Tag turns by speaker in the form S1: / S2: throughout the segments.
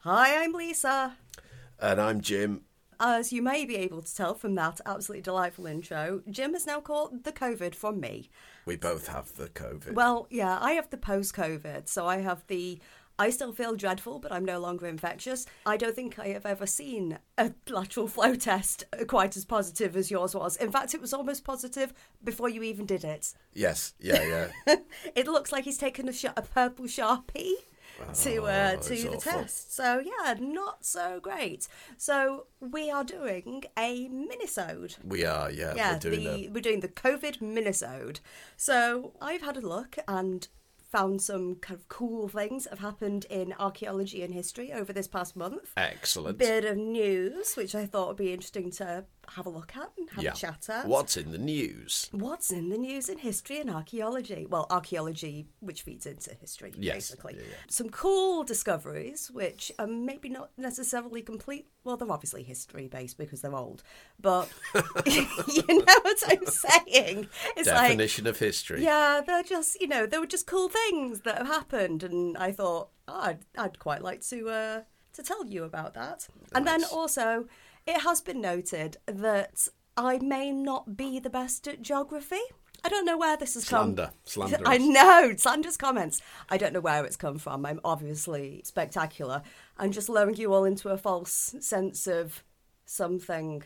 S1: Hi, I'm Lisa.
S2: And I'm Jim.
S1: As you may be able to tell from that absolutely delightful intro, Jim has now caught the COVID from me.
S2: We both have the COVID.
S1: Well, yeah, I have the post COVID. So I have the I still feel dreadful, but I'm no longer infectious. I don't think I have ever seen a lateral flow test quite as positive as yours was. In fact, it was almost positive before you even did it.
S2: Yes, yeah, yeah.
S1: it looks like he's taken a, sh- a purple sharpie to uh,
S2: Oh,
S1: to
S2: it's
S1: the
S2: awful.
S1: test. So yeah, not so great. So we are doing a minisode.
S2: we are, yeah.
S1: Yeah,
S2: we're doing
S1: the,
S2: them.
S1: we're doing the COVID minisode. So I've had a look and found some kind of cool things that have happened in archaeology and history over this past month.
S2: Excellent.
S1: Bit of news, which I thought would be interesting to have a look at and have
S2: yeah.
S1: a chat at.
S2: What's in the news?
S1: What's in the news in history and archaeology? Well, archaeology, which feeds into history,
S2: Yes,
S1: basically.
S2: yeah, yeah.
S1: Some cool discoveries, which are maybe not necessarily complete. Well, they're obviously history based because they're old, but you know what I'm saying? It's like,
S2: Definition of history.
S1: yeah, they're just, you know, they were just cool things that have happened. And I thought, oh, I'd, I'd quite like to, uh, to tell you about that. And then also, it has been noted that I may not be the best at geography. I don't know where this has
S2: Slander.
S1: come.
S2: Slander.
S1: I
S2: us.
S1: know, Sandra's comments. I don't know where it's come from. I'm obviously spectacular. I'm just lowering you all into a false sense of something.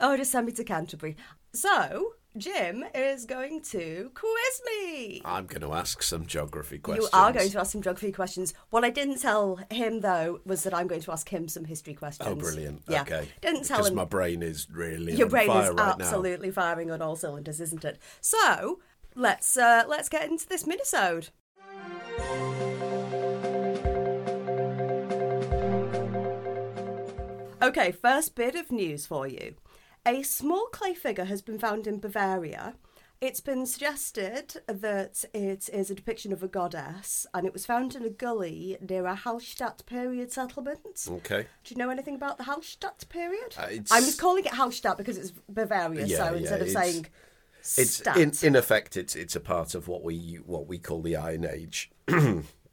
S1: oh, just send me to Canterbury. So, Jim is going to quiz me.
S2: I'm going to ask some geography
S1: You
S2: questions.
S1: are going to ask some geography questions. What I didn't tell him, though, was that I'm going to ask him some history questions.
S2: Oh, brilliant.
S1: Yeah.
S2: Okay.
S1: Didn't tell
S2: because
S1: him.
S2: my brain is really
S1: Your
S2: on
S1: brain is
S2: fire right
S1: absolutely firing on all cylinders, isn't it? So let's uh, let's get into this minisode. Okay, first bit of news for you. A small clay figure has been found in Bavaria. It's been suggested that it is a depiction of a goddess, and it was found in a gully near a Hallstatt period settlement.
S2: now. Okay.
S1: Do you know anything about the Hallstatt period?
S2: Uh, it's-
S1: I'm just calling it Hallstatt because it's Bavaria,
S2: Yeah,
S1: so
S2: yeah,
S1: instead of
S2: it's-
S1: saying
S2: It's
S1: stat.
S2: in, in effect it's it's a part of what we what we call the Iron Age.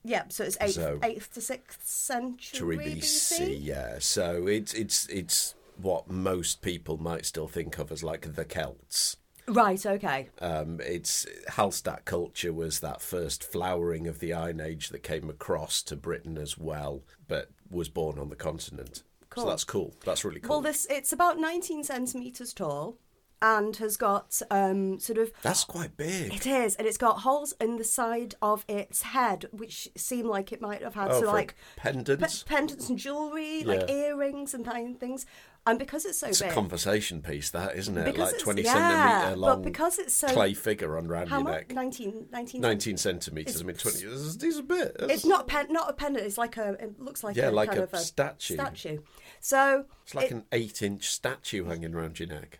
S1: yeah, so it's 8th,
S2: So-
S1: 8th to 6th century
S2: Three BC, yeah. So it's it's it's what most people might still think of as like the Celts.
S1: Right, okay.
S2: Um, it's Hallstatt culture was that first flowering of the Iron Age that came across to Britain as well, but was born on the continent.
S1: Cool.
S2: So that's cool. That's really cool.
S1: Well, this it's about 19 centimetres tall and has got um, sort of
S2: that's quite big.
S1: It is, and it's got holes in the side of its head, which seem like it might have had
S2: Oh,
S1: so
S2: for
S1: like
S2: pendants?
S1: pe- pendants and jewelry, like
S2: Yeah.
S1: earrings and kind things. And because it's so
S2: It's a
S1: big,
S2: conversation piece, that isn't it?
S1: Because
S2: like
S1: it's-
S2: twenty
S1: yeah,
S2: centimetre
S1: but
S2: long
S1: because it's so-
S2: clay figure on round
S1: how
S2: your
S1: much?
S2: neck.
S1: 19, 19
S2: Nineteen centimetres. I mean, twenty. This is, this is a bit. That's-
S1: It's not a pen, not a pendant. It's like a. It looks like
S2: Yeah,
S1: a
S2: like
S1: kind
S2: a
S1: of a
S2: statue.
S1: Statue. So
S2: It's like
S1: it-
S2: an eight-inch statue hanging round your neck.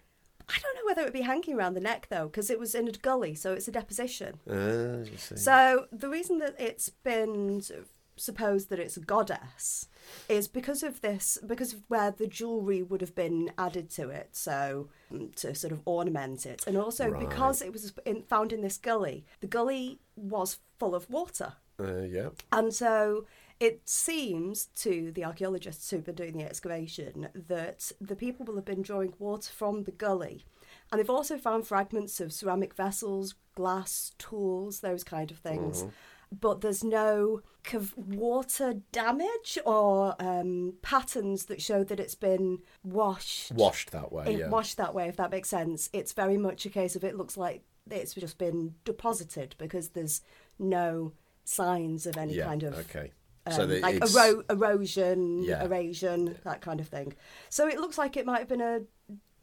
S1: I don't know whether it would be hanging around the neck though, because it was in a gully, so it's a deposition.
S2: Ah, you see.
S1: So the reason that it's been sort of supposed that it's a goddess is because of this, because of where the jewelry would have been added to it, so mm, to sort of ornament it, and also because it was in, found in this gully, the gully was full of water.
S2: Uh, yeah.
S1: And so it seems to the archaeologists who've been doing the excavation that the people will have been drawing water from the gully. And they've also found fragments of ceramic vessels, glass, tools, those kind of things. But there's no cov- water damage or um, patterns that show that it's been washed
S2: Washed that way.
S1: it
S2: yeah.
S1: washed that way, if that makes sense. It's very much a case of it looks like it's just been deposited because there's no signs of any
S2: yeah.
S1: kind of
S2: okay.
S1: um,
S2: so the,
S1: like
S2: it's,
S1: ero- erosion,
S2: Yeah.
S1: erasion, that kind of thing. So it looks like it might have been a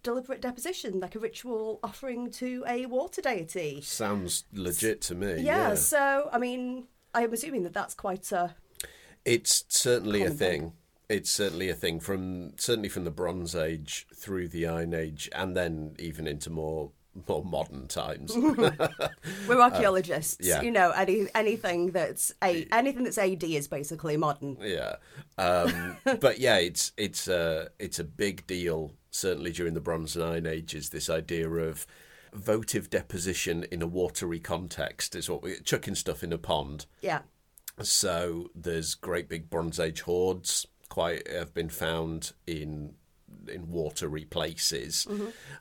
S1: deliberate deposition, like a ritual offering to a water deity.
S2: sounds legit to me.
S1: Yeah. So I mean, I'm assuming that that's quite a
S2: It's certainly a
S1: Common thing.
S2: thing. It's certainly a thing from certainly from the Bronze Age through the Iron Age, and then even into more more modern times.
S1: We're archaeologists,
S2: Uh, yeah.
S1: you know. Any anything that's a, anything that's AD is basically modern.
S2: yeah, um, but yeah, it's it's a it's a big deal. Certainly during the Bronze and Iron Ages, this idea of votive deposition in a watery context is what we chucking stuff in a pond.
S1: Yeah,
S2: So there's great big Bronze Age hoards quite have been found in in watery places,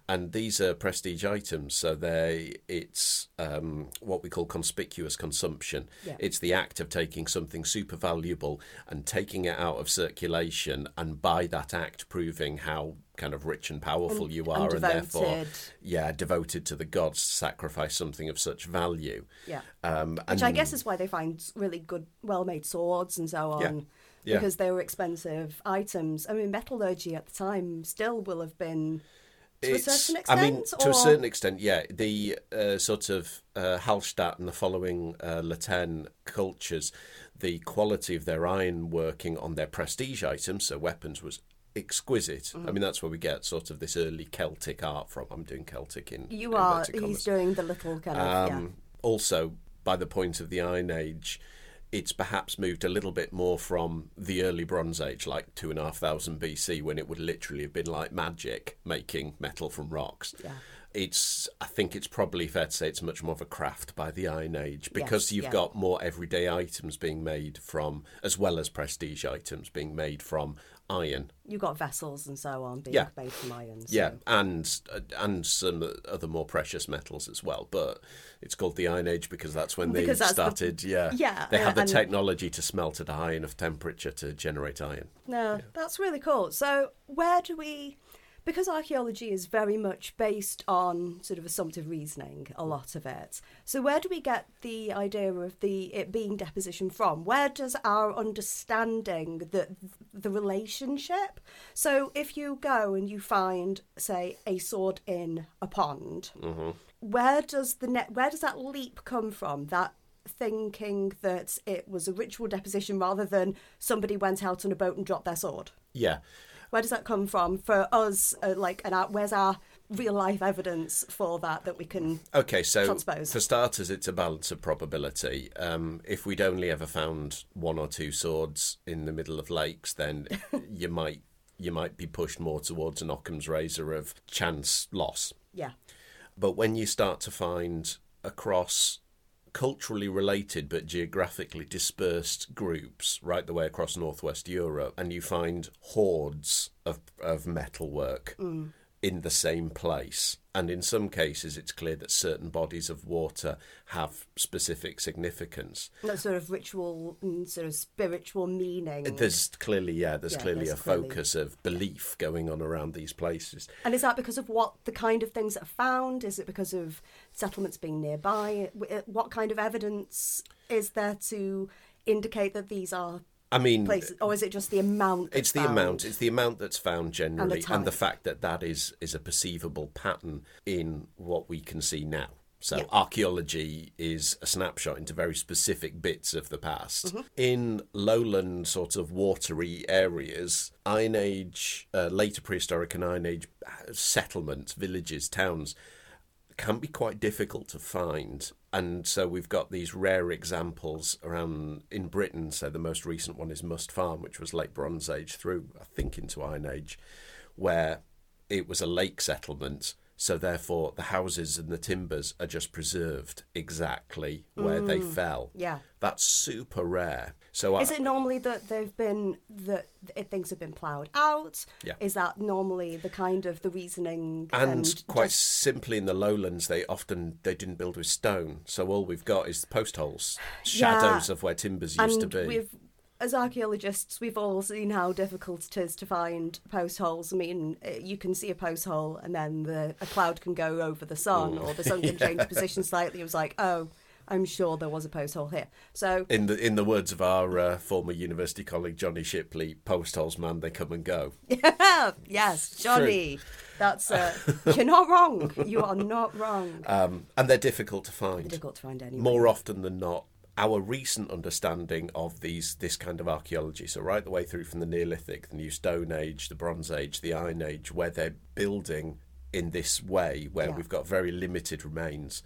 S2: and these are prestige items. So they it's um, what we call conspicuous consumption.
S1: Yeah.
S2: It's the act of taking something super valuable and taking it out of circulation, and by that act proving how kind of rich and powerful you are, and therefore,
S1: devoted.
S2: yeah, devoted to the gods, sacrifice something of such value.
S1: yeah.
S2: Um,
S1: Which I guess is why they find really good, well-made swords and so on,
S2: Yeah. Yeah.
S1: because they were expensive items. I mean, metallurgy at the time still will have been to a
S2: It's-
S1: certain
S2: I mean,
S1: extent,
S2: to
S1: or-
S2: a certain extent, yeah. The uh, sort of uh, Hallstatt and the following uh, Latin cultures, the quality of their iron working on their prestige items, so weapons, was exquisite.
S1: Mm-hmm.
S2: I mean, that's where we get sort of this early Celtic art from. I'm doing Celtic in
S1: you
S2: in
S1: are.
S2: inverted commas.
S1: He's doing the little kind of yeah.
S2: Um, Also, by the point of the Iron Age, it's perhaps moved a little bit more from the early Bronze Age, like 2,500 BC, when it would literally have been like magic making metal from rocks.
S1: Yeah.
S2: It's, I think it's probably fair to say it's much more of a craft by the Iron Age because
S1: Yes,
S2: you've
S1: yeah.
S2: got more everyday items being made from, as well as prestige items being made from iron.
S1: You've got vessels and so on being
S2: Yeah.
S1: made from iron. so-
S2: Yeah, and and some other more precious metals as well. But it's called the Iron Age because that's when they
S1: Because that's the-
S2: started. yeah,
S1: Yeah, uh,
S2: They had the
S1: and-
S2: technology to smelt at a high enough temperature to generate iron.
S1: No, that's really cool. So, where do we, because archaeology is very much based on sort of assumptive reasoning, a lot of it. So, where do we get the idea of the it being deposition from? Where does our understanding the the relationship? So, if you go and you find, say, a sword in a pond, where does the net? Where does that leap come from? That thinking that it was a ritual deposition rather than somebody went out on a boat and dropped their sword.
S2: Yeah,
S1: Where does that come from for us? Uh, like, and our, where's our real life evidence for that that we can?
S2: Okay, so
S1: Transpose.
S2: for starters, it's a balance of probability. Um, if we'd only ever found one or two swords in the middle of lakes, then you might you might be pushed more towards an Occam's razor of chance loss.
S1: Yeah,
S2: But when you start to find across culturally related but geographically dispersed groups right the way across northwest Europe, and you find hordes of, of metalwork
S1: Mm.
S2: in the same place, and in some cases it's clear that certain bodies of water have specific significance.
S1: that sort of ritual and sort of spiritual meaning.
S2: There's clearly, yeah, there's
S1: Mm. Yeah,
S2: clearly
S1: there's
S2: a
S1: clearly-
S2: focus of belief going on around these places.
S1: and is that because of what the kind of things that are found? Is it because of settlements being nearby? Wh- What kind of evidence is there to indicate that these are
S2: I mean,
S1: places, or is it just the amount?
S2: It's
S1: that's
S2: the
S1: found?
S2: amount. It's the amount that's found generally, and the,
S1: type.
S2: fact that that is is a perceivable pattern in what we can see now. So archaeology is a snapshot into very specific bits of the past. In lowland sort of watery areas, Iron Age, uh, later prehistoric and Iron Age uh, settlements, villages, towns can be quite difficult to find. And so we've got these rare examples around in Britain. So the most recent one is Must Farm, which was late Bronze Age through, I think, into Iron Age, where it was a lake settlement. So therefore, the houses and the timbers are just preserved exactly where they fell.
S1: Mm. Yeah.
S2: That's super rare. So I,
S1: Is it normally that they've been that it, things have been ploughed out?
S2: Yeah.
S1: Is that normally the kind of the reasoning?
S2: and, quite simply in the lowlands they often they didn't build with stone so all we've got is post holes shadows of where timbers used
S1: and
S2: to be
S1: we've, as archaeologists, we've all seen how difficult it is to find postholes. I mean, uh, you can see a posthole, and then the a cloud can go over the sun, or the sun can change position slightly. It was like, oh, I'm sure there was a posthole here. So
S2: in the in the words of our uh, former university colleague Johnny Shipley, post holes man, they come and go.
S1: yes, Johnny, that's uh, you're not wrong. You are not wrong.
S2: Um, and they're difficult to find.
S1: Difficult to find anywhere.
S2: More often than not, our recent understanding of these this kind of archaeology. So right the way through from the Neolithic, the New Stone Age, the Bronze Age, the Iron Age, where they're building in this way, where
S1: Yeah.
S2: we've got very limited remains.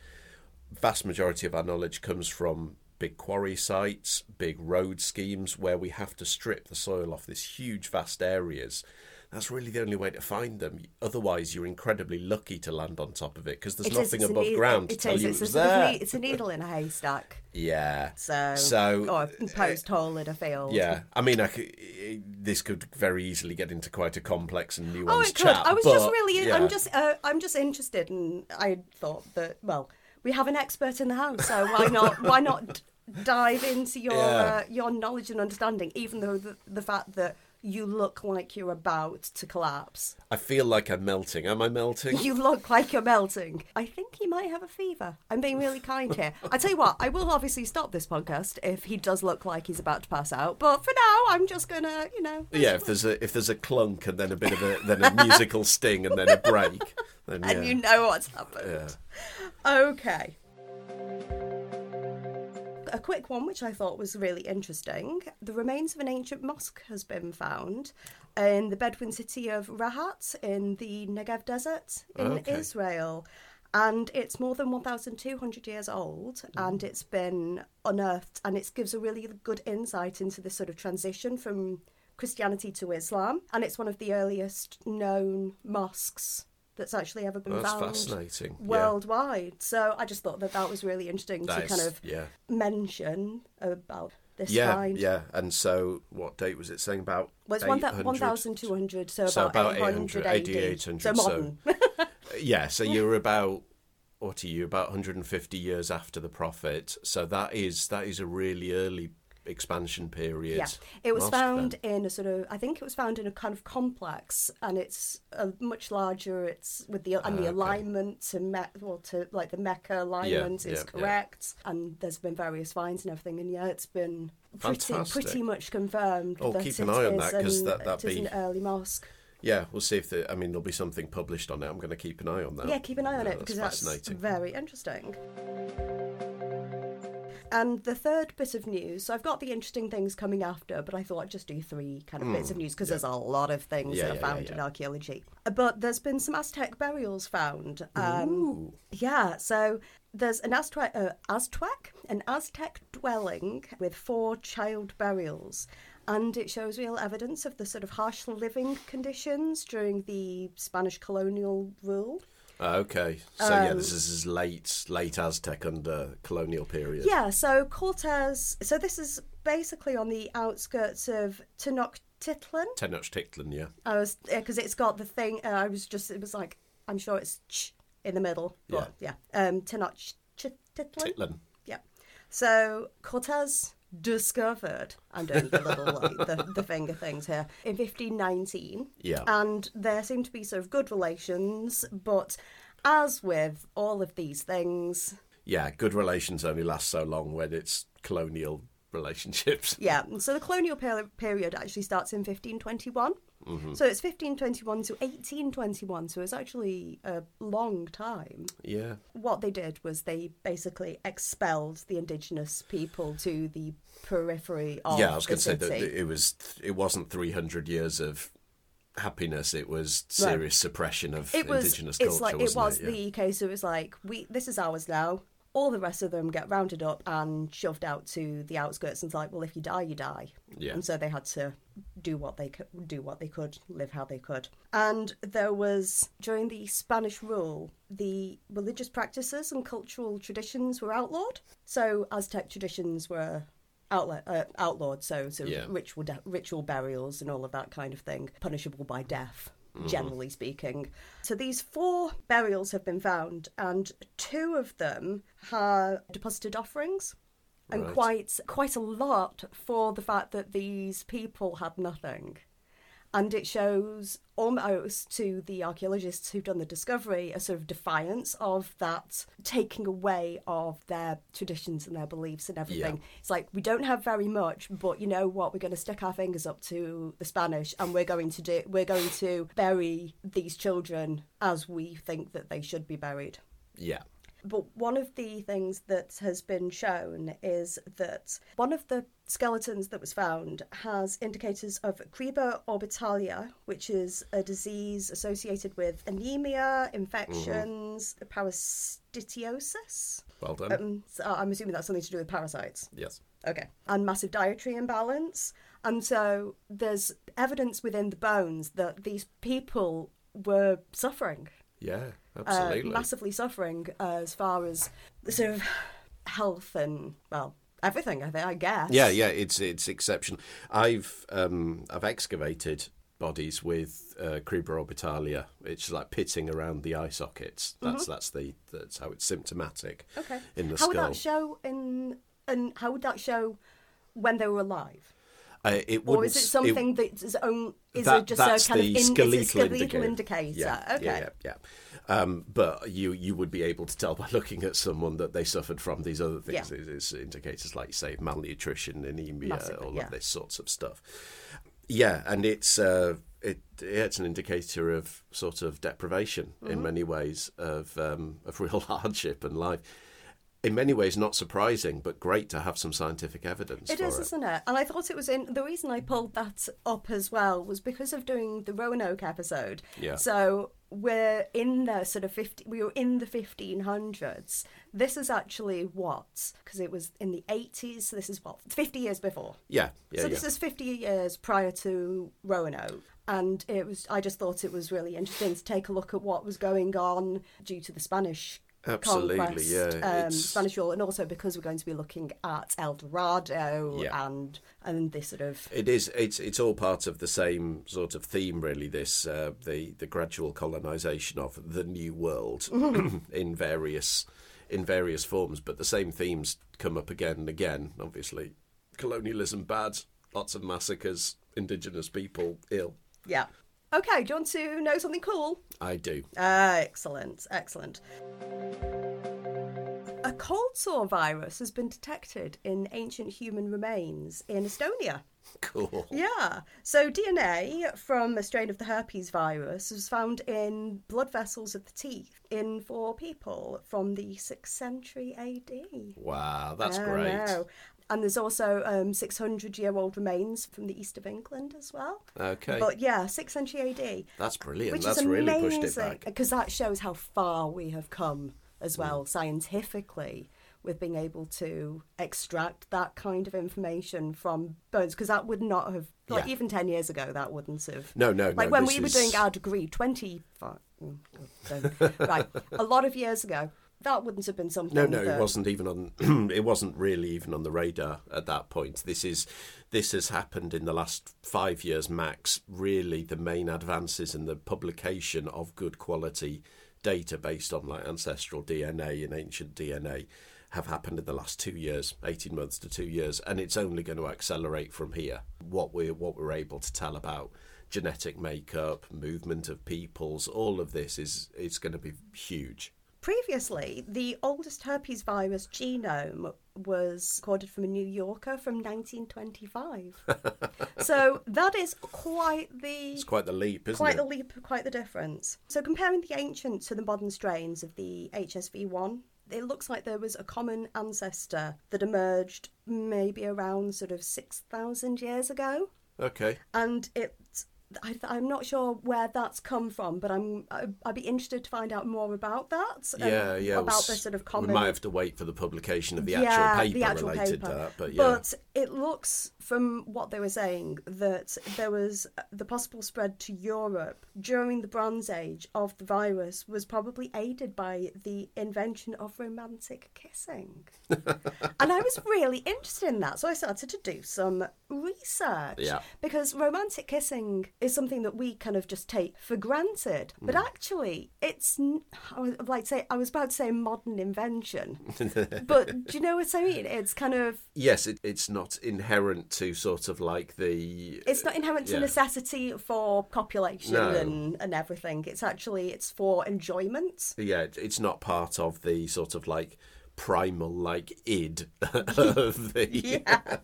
S2: Vast majority of our knowledge comes from big quarry sites, big road schemes, where we have to strip the soil off these huge, vast areas. That's really the only way to find them. Otherwise, you're incredibly lucky to land on top of it because there's
S1: It is,
S2: nothing
S1: it's a
S2: above
S1: needle-
S2: ground to
S1: it
S2: tell
S1: is,
S2: you
S1: it's
S2: it was
S1: a sort of
S2: there.
S1: nee- it's a needle in a haystack.
S2: Yeah.
S1: So, oh,
S2: So- uh,
S1: or a post hole in a field.
S2: Yeah, I mean, I could, i- this could very easily get into quite a complex and nuanced
S1: Oh, it could.
S2: chat.
S1: I was
S2: but,
S1: just really.
S2: yeah.
S1: I'm just. Uh, I'm just interested, and I thought that. Well, we have an expert in the house, so why not? why not d- dive into your uh,
S2: Yeah.
S1: your knowledge and understanding, even though the, the fact that you look like you're about to collapse,
S2: I feel like I'm melting. Am I melting?
S1: you look like you're melting. I think he might have a fever. I'm being really kind here. I tell you what, I will obviously stop this podcast if he does look like he's about to pass out. But for now, I'm just gonna, you know.
S2: yeah. If there's a if there's a clunk and then a bit of a then a musical sting and then a break, then yeah.
S1: and you know what's happened. Okay. A quick one, which I thought was really interesting. The remains of an ancient mosque has been found in the Bedouin city of Rahat in the Negev desert in
S2: Okay.
S1: Israel. And it's more than 1,200 years old and it's been unearthed. And it gives a really good insight into this sort of transition from Christianity to Islam. And it's one of the earliest known mosques that's actually ever been
S2: That's
S1: found
S2: fascinating. Yeah.
S1: worldwide. So I just thought that that was really interesting
S2: That
S1: to kind
S2: is-
S1: of
S2: yeah.
S1: mention about this
S2: Yeah,
S1: find.
S2: yeah. And so, what date was it saying about?
S1: Well, it's
S2: 800?
S1: 1,200, so,
S2: So
S1: about
S2: about
S1: 800
S2: 800,
S1: AD.
S2: 800,
S1: so
S2: so-
S1: modern.
S2: Yeah, so you're about what are you about 150 years after the prophet? So that is that is a really early expansion period.
S1: yeah. It was
S2: mosque
S1: found
S2: then.
S1: in a sort of, I think it was found in a kind of complex, and it's a much larger, it's with the,
S2: Ah,
S1: and the alignment to, Me- well, to like the Mecca alignment
S2: yeah,
S1: is
S2: yeah.
S1: correct. And there's been various finds and everything, and yeah, it's been pretty,
S2: Fantastic.
S1: pretty much confirmed
S2: Oh,
S1: that
S2: keep an
S1: it
S2: eye on
S1: is
S2: that, 'cause
S1: an-
S2: that- that'd
S1: it is
S2: be-
S1: an early mosque.
S2: Yeah, we'll see if the, I mean there'll be something published on it. I'm going to keep an eye on that.
S1: Yeah, keep an eye on
S2: Yeah,
S1: it because that's,
S2: fascinating.
S1: very interesting. And the third bit of news, so I've got the interesting things coming after, but I thought I'd just do three kind of bits of news because there's a lot of things
S2: Hmm, Yeah,
S1: that are
S2: yeah, yeah,
S1: found in
S2: yeah.
S1: archaeology. But there's been some Aztec burials found. Um,
S2: Ooh.
S1: yeah, so there's an Aztec, uh, Aztec, an Aztec dwelling with four child burials, and it shows real evidence of the sort of harsh living conditions during the Spanish colonial rule.
S2: Ah, okay, so
S1: Um,
S2: yeah, this is as late late Aztec under colonial period.
S1: Yeah, so Cortez. So this is basically on the outskirts of Tenochtitlan.
S2: Tenochtitlan, yeah,
S1: I was because it's got the thing. Uh, I was just. It was like I'm sure it's ch in the middle. But yeah. Um, Tenochtitlan.
S2: Titlan.
S1: Yeah. So Cortez discovered. I'm doing the little like, the, the finger things here in 1519.
S2: Yeah.
S1: And there seem to be sort of good relations, but as with all of these things,
S2: Yeah, good relations only last so long when it's colonial relationships.
S1: Yeah, and so the colonial per- period actually starts in 1521.
S2: Mm-hmm.
S1: So it's 1521 to 1821, so it's actually a long time.
S2: Yeah,
S1: What they did was they basically expelled the indigenous people to the periphery of
S2: yeah, I was
S1: the
S2: going to say
S1: city.
S2: that it was it wasn't 300 years of happiness. It was serious suppression of
S1: it was
S2: indigenous
S1: it's like
S2: culture.
S1: it
S2: wasn't
S1: was
S2: it? Yeah.
S1: the case it was like we this is ours now all the rest of them get rounded up and shoved out to the outskirts and it's like well if you die you die
S2: Yeah.
S1: and so they had to do what they could do what they could live how they could and there was during the spanish rule the religious practices and cultural traditions were outlawed so aztec traditions were outla- uh, outlawed so sort of
S2: Yeah.
S1: ritual de- ritual burials and all of that kind of thing, punishable by death, generally speaking. So these four burials have been found, and two of them have deposited offerings, and
S2: Right.
S1: quite quite a lot for the fact that these people had nothing. And it shows almost to the archaeologists who've done the discovery a sort of defiance of that taking away of their traditions and their beliefs and everything. It's like we don't have very much, but you know what? We're going to stick our fingers up to the Spanish, and we're going to do. We're going to bury these children as we think that they should be buried.
S2: yeah.
S1: But one of the things that has been shown is that one of the skeletons that was found has indicators of Kriba orbitalia, which is a disease associated with anemia, infections, parasitiosis.
S2: Well done.
S1: Um, so I'm assuming that's something to do with parasites.
S2: yes.
S1: Okay. And massive dietary imbalance. And so there's evidence within the bones that these people were suffering,
S2: Yeah,
S1: uh,
S2: absolutely.
S1: massively suffering uh, as far as the sort of health and, well, everything, I, think, I guess.
S2: Yeah, yeah, it's it's exceptional. I've um, I've excavated bodies with uh, Kriba orbitalia. It's like pitting around the eye sockets. That's that's the that's how it's symptomatic.
S1: Mm-hmm. Okay.
S2: In the
S1: how would
S2: skull,
S1: that show in, and how would that show when they were alive?
S2: uh, it
S1: Or
S2: wouldn't
S1: is it
S2: s-
S1: something that is own, is
S2: that-
S1: it just
S2: that's
S1: a kind
S2: the
S1: of in, is it
S2: skeletal,
S1: skeletal
S2: indicator.
S1: indicator?
S2: Yeah,
S1: okay.
S2: yeah, yeah. yeah. Um, but you you would be able to tell by looking at someone that they suffered from these other things.
S1: Yeah.
S2: It's, it's indicators like you say malnutrition, anemia,
S1: Massively,
S2: all
S1: yeah.
S2: of this sorts of stuff. Yeah, and it's uh, it yeah, it's an indicator of sort of deprivation
S1: Mm-hmm.
S2: in many ways of um, of real hardship and life. In many ways, not surprising, but great to have some scientific evidence.
S1: It
S2: for
S1: is,
S2: it.
S1: isn't it? And I thought it was in. The reason I pulled that up as well was because of doing the Roanoke episode.
S2: Yeah.
S1: So we're in the sort of 50, we were in the 1500s. This is actually what? Because it was in the 80s, so this is what? 50 years before.
S2: Yeah, yeah,
S1: so
S2: yeah.
S1: this is 50 years prior to Roanoke. And it was, I just thought it was really interesting to take a look at what was going on due to the Spanish
S2: Absolutely,
S1: conquest,
S2: yeah,
S1: um,
S2: it's-
S1: Spanish rule, and also because we're going to be looking at El Dorado
S2: Yeah.
S1: and and this sort of
S2: It is. It's it's all part of the same sort of theme, really. This uh, the the gradual colonization of the new world
S1: Mm-hmm.
S2: in various in various forms, but the same themes come up again and again. Obviously, colonialism bad, lots of massacres, indigenous people ill.
S1: yeah. Okay, do you want to know something cool?
S2: I do.
S1: Ah, excellent, excellent. A cold sore virus has been detected in ancient human remains in Estonia.
S2: Cool.
S1: Yeah. So DNA from a strain of the herpes virus was found in blood vessels of the teeth in four people from the 6th century AD.
S2: Wow, that's
S1: I
S2: great.
S1: know. And there's also um, 600 year old remains from the east of England as well.
S2: Okay,
S1: But yeah, 6th century AD.
S2: that's brilliant.
S1: Which
S2: That's
S1: is
S2: really pushed it
S1: amazing
S2: back. Mm.
S1: because that shows how far we have come as well scientifically with being able to extract that kind of information from bones because that would not have like
S2: Yeah.
S1: even 10 years ago that wouldn't have
S2: No, no,
S1: like
S2: no,
S1: when
S2: this
S1: we were
S2: is-
S1: doing our degree 25 mm, God, don't- right a lot of years ago that wouldn't have been something
S2: No, no,
S1: that,
S2: it wasn't even on. it wasn't really even on the radar at that point. This is, this has happened in the last five years max. Really, the main advances in the publication of good quality data based on like ancestral DNA and ancient DNA have happened in the last two years, eighteen months to two years, and it's only going to accelerate from here. What we're what we're able to tell about genetic makeup, movement of peoples, all of this is it's going to be huge.
S1: Previously, the oldest herpes virus genome was recorded from a New Yorker from 1925. so that is quite the
S2: It's quite the leap, isn't
S1: quite
S2: it?
S1: the leap, quite the difference. So comparing the ancient to the modern strains of the HSV1, it looks like there was a common ancestor that emerged maybe around sort of 6,000 years ago
S2: Okay.
S1: and it I, I'm not sure where that's come from, but I'm I, I'd be interested to find out more about that. and
S2: yeah, yeah.
S1: um, About
S2: we'll
S1: the
S2: s-
S1: sort of
S2: We
S1: common.
S2: might have to wait for the publication of the
S1: yeah,
S2: actual paper
S1: the actual
S2: related
S1: paper.
S2: to that. But yeah.
S1: But it looks from what they were saying that there was the possible spread to Europe during the Bronze Age of the virus was probably aided by the invention of romantic kissing. and I was really interested in that, so I started to do some research.
S2: Yeah.
S1: Because romantic kissing is something that we kind of just take for granted, but
S2: Mm.
S1: actually, it's n- I was I'd like to say I was about to say modern invention, but do you know what I mean? It's kind of
S2: yes, it, it's not inherent to sort of like the.
S1: it's not inherent to
S2: Yeah.
S1: necessity for copulation
S2: No.
S1: and, and everything. It's actually it's for enjoyment.
S2: yeah, it- it's not part of the sort of like primal like id of the.
S1: Yeah.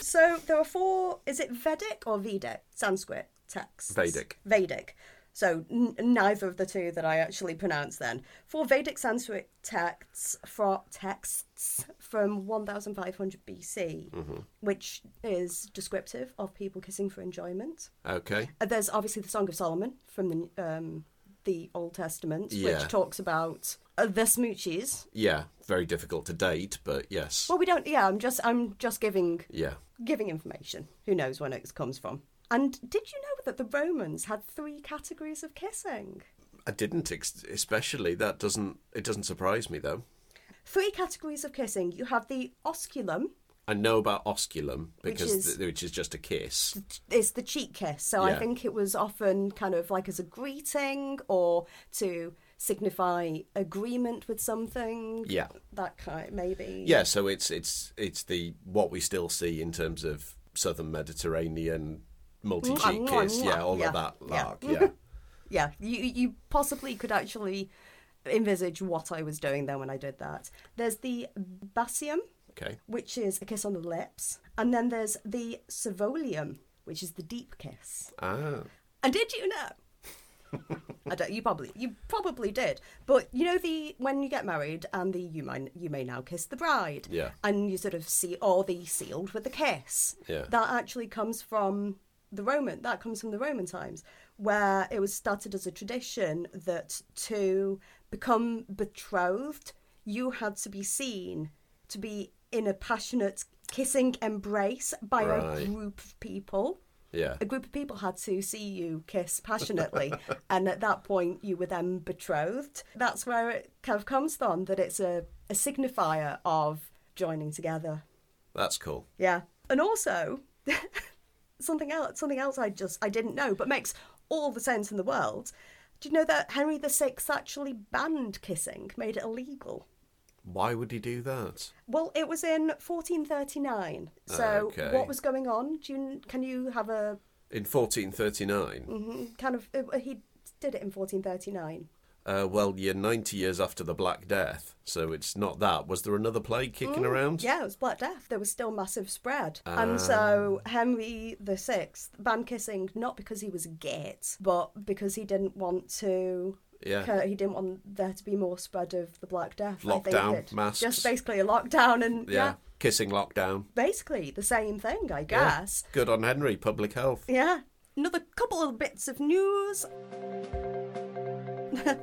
S1: so there are four. Is it Vedic or Vedic Sanskrit texts?
S2: Vedic.
S1: Vedic. So n- neither of the two that I actually pronounced then. For Vedic Sanskrit texts, for texts from 1500 BC,
S2: Mm-hmm.
S1: which is descriptive of people kissing for enjoyment.
S2: Okay.
S1: Uh, There's obviously the Song of Solomon from the um, the Old Testament,
S2: Yeah.
S1: which talks about uh, the smooches.
S2: Yeah. Very difficult to date, but yes.
S1: Well, we don't. Yeah, I'm just I'm just giving
S2: yeah.
S1: giving information. Who knows when it comes from? And did you know that the Romans had three categories of kissing?
S2: I didn't ex- especially that doesn't it doesn't surprise me though.
S1: Three categories of kissing. You have the osculum,
S2: I know about osculum because
S1: is-
S2: th- which is just a kiss.
S1: it's the cheek kiss. So I
S2: Yeah.
S1: think it was often kind of like as a greeting or to signify agreement with something.
S2: Yeah.
S1: That kind, maybe.
S2: Yeah, so it's it's it's the what we still see in terms of southern Mediterranean multi cheek
S1: Mwah, mwah,
S2: kiss. Yeah,
S1: mwah.
S2: all
S1: Yeah,
S2: of that
S1: yeah.
S2: lark. Yeah.
S1: Yeah, you you possibly could actually envisage what I was doing then when I did that. There's the basium,
S2: Okay.
S1: which is a kiss on the lips, and then there's the savolium, which is the deep kiss.
S2: Ah.
S1: And did you know? I don't. You probably you probably did, but you know the when you get married and the you may you may now kiss the bride.
S2: Yeah.
S1: And you sort of see or the sealed with the kiss.
S2: Yeah.
S1: That actually comes from the Roman. That comes from the Roman times where it was started as a tradition that to become betrothed you had to be seen to be in a passionate kissing embrace by a
S2: Right.
S1: group of people
S2: Yeah.
S1: a group of people had to see you kiss passionately, and at that point, you were then betrothed. That's where it kind of comes from that it's a, a signifier of joining together.
S2: That's cool.
S1: Yeah, and also something else. Something else I just I didn't know, but makes all the sense in the world. Do you know that Henry VI actually banned kissing, made it illegal?
S2: Why would he do that?
S1: Well, it was in 1439. So,
S2: Okay.
S1: what was going on? Do you, can you have a
S2: In 1439.
S1: Mhm, kind of uh, he did it in 1439
S2: Uh, well, you're 90 years after the Black Death, so it's not that. Was there another plague kicking around?
S1: Mm, yeah it was black death there was still massive spread and so
S2: Ah.
S1: henry the sixth banned kissing not because he was gay but because he didn't want to
S2: Yeah.
S1: ca- he didn't want there to be more spread of the black death I think
S2: Lockdown,
S1: it-
S2: masks.
S1: just basically a lockdown and yeah,
S2: Yeah. Kissing lockdown.
S1: basically the same thing i
S2: Yeah.
S1: guess
S2: Good on Henry, public health.
S1: Yeah. Another couple of bits of news.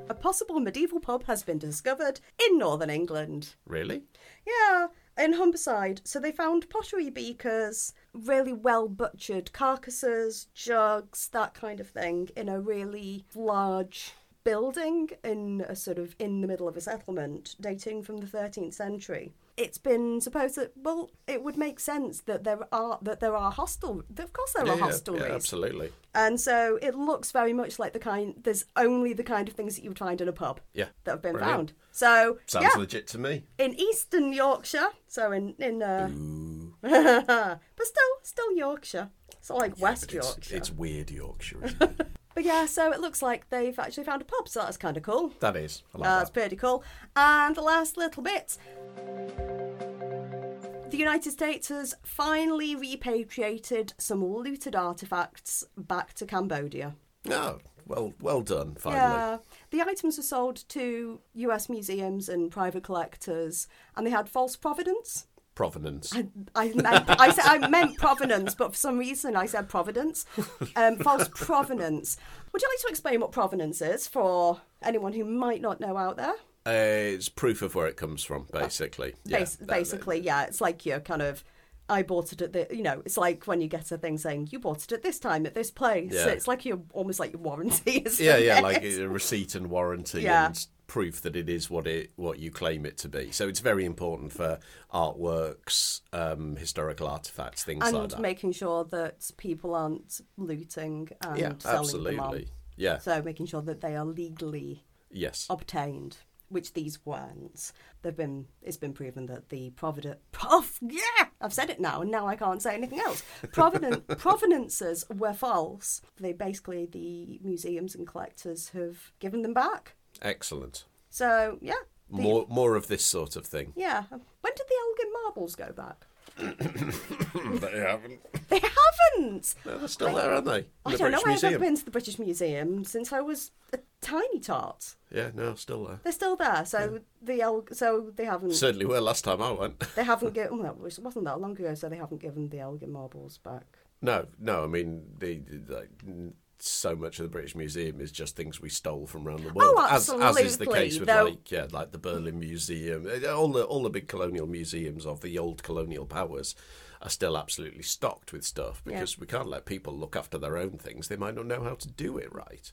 S1: a possible medieval pub has been discovered in northern England.
S2: Really?
S1: Yeah, in Humberside. So they found pottery beakers, really well butchered carcasses, jugs, that kind of thing, in a really large building in a sort of in the middle of a settlement dating from the 13th century. It's been supposed that well, it would make sense that there are that there are hostel. Of course, there
S2: Yeah,
S1: are
S2: yeah,
S1: hostelries.
S2: yeah, absolutely.
S1: And so it looks very much like the kind. There's only the kind of things that you would find in a pub.
S2: Yeah.
S1: That have been
S2: Brilliant.
S1: found. So
S2: Sounds
S1: yeah,
S2: legit to me.
S1: in eastern Yorkshire, so in in, uh, but still still Yorkshire. It's not like West
S2: It's-
S1: Yorkshire.
S2: It's weird Yorkshire. Isn't it?
S1: But yeah, so it looks like they've actually found a pub. So that's kind of cool.
S2: that is. I like
S1: That's
S2: that.
S1: pretty cool. And the last little bit. The United States has finally repatriated some looted artifacts back to Cambodia.
S2: Oh, well, well done. Finally.
S1: Yeah, the items were sold to US museums and private collectors, and they had false provenance.
S2: Provenance.
S1: I, I meant I, said, I meant provenance, but for some reason I said providence. Um, false provenance. Would you like to explain what provenance is for anyone who might not know out there?
S2: Uh, it's proof of where it comes from, basically. Yeah,
S1: Uh, Bas-
S2: that- that-
S1: basically, yeah, it's like you're kind of. I bought it at the, you know, it's like when you get a thing saying you bought it at this time at this place.
S2: Yeah.
S1: It's like you're almost like your warranty. Is
S2: yeah, yeah, like a receipt and warranty
S1: Yeah.
S2: and proof that it is what it what you claim it to be. So it's very important for artworks, um, historical artifacts, things
S1: and
S2: like that.
S1: making sure that people aren't looting and
S2: yeah,
S1: selling them on.
S2: absolutely. Yeah.
S1: So oh. making sure that they are legally
S2: yes.
S1: obtained, which these weren't. They've been it's been proven that the provident prof yeah I've said it now and now I can't say anything else. Provident provenances were false. They basically the museums and collectors have given them back.
S2: Excellent.
S1: So yeah, the-
S2: More more of this sort of thing.
S1: yeah. When did the Elgin marbles go back?
S2: Hmm, but they haven't.
S1: They haven't.
S2: No, they're still there, aren't they? In
S1: I
S2: the
S1: don't know.
S2: British
S1: I
S2: Museum.
S1: haven't been to the British Museum since I was a tiny tot.
S2: Yeah, no, still there.
S1: They're still there, so the Elg- so they haven't
S2: Certainly were last time I went.
S1: they haven't given well, it wasn't that long ago, so they haven't given the Elgin marbles back.
S2: No, no. I mean, the, the like, n- so much of the British Museum is just things we stole from around the world. as, as is the
S1: Oh, absolutely,
S2: case with
S1: though-
S2: like yeah, like the Berlin Museum, eh, all the all the big colonial museums of the old colonial powers are still absolutely stocked with stuff because we can't let people look after their own things. They might not know how to do it right.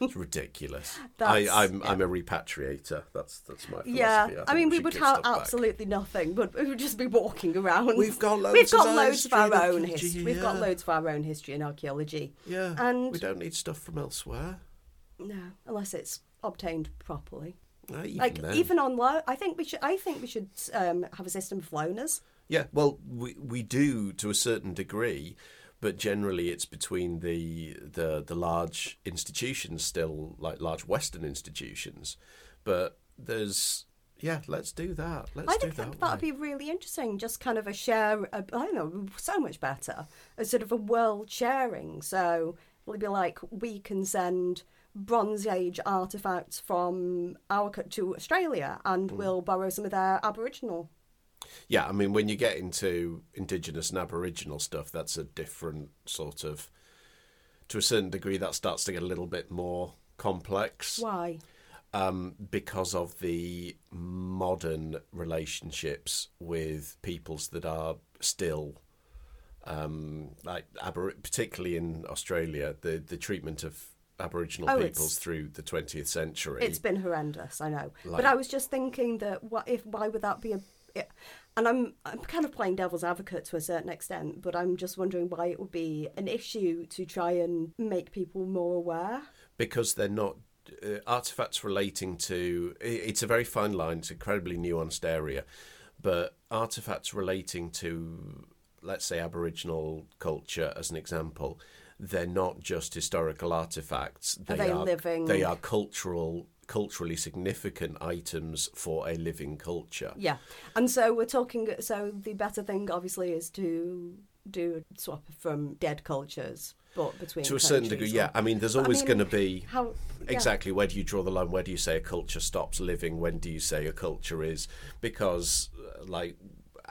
S2: it's ridiculous. I,
S1: That's-
S2: I'm I'm a repatriator. That's that's my philosophy.
S1: Yeah,
S2: think
S1: I mean, we
S2: should
S1: would
S2: give
S1: have
S2: stuff back.
S1: absolutely nothing, but we would just be walking around.
S2: We've got loads
S1: We've got
S2: of
S1: loads of our
S2: history and
S1: own
S2: archaeology,
S1: history. We've got
S2: yeah.
S1: loads of our own history and archaeology.
S2: Yeah,
S1: and-
S2: we don't need stuff from elsewhere.
S1: No, unless it's obtained properly.
S2: Uh, even
S1: Like
S2: then.
S1: even on loan, I think we should. I think we should um, have a system of loaners.
S2: Yeah, well, we we do to a certain degree, but generally it's between the the the large institutions still, like large Western institutions. But there's yeah, let's do that. Let's
S1: I
S2: do
S1: think
S2: that.
S1: that would be really interesting. Just kind of a share. A, I don't know, so much better. A sort of a world sharing. So it'll be like we can send Bronze Age artifacts from our co- to Australia, and we'll borrow some of their Aboriginal.
S2: yeah, I mean, when you get into indigenous and aboriginal stuff, that's a different sort of. To a certain degree, that starts to get a little bit more complex.
S1: Why?
S2: um, because of the modern relationships with peoples that are still um, like aber- particularly in Australia, the the treatment of Aboriginal
S1: Oh, it's-
S2: peoples through the twentieth century.
S1: It's been horrendous, I know.
S2: Like-
S1: but I was just thinking that what if why would that be a it- and I'm I'm kind of playing devil's advocate to a certain extent, but I'm just wondering why it would be an issue to try and make people more aware.
S2: because they're not uh, artifacts relating to i- it's a very fine line it's an incredibly nuanced area but artifacts relating to let's say aboriginal culture as an example they're not just historical artifacts they
S1: Are they living-
S2: they are cultural culturally significant items for a living culture
S1: Yeah, and so we're talking. So the better thing, obviously, is to do a swap from dead cultures, but between
S2: to a certain degree
S1: countries.
S2: yeah i mean there's
S1: I
S2: always
S1: mean,
S2: going to be
S1: How yeah.
S2: Exactly. Where do you draw the line? Where do you say a culture stops living? When do you say a culture is? Because, uh, like,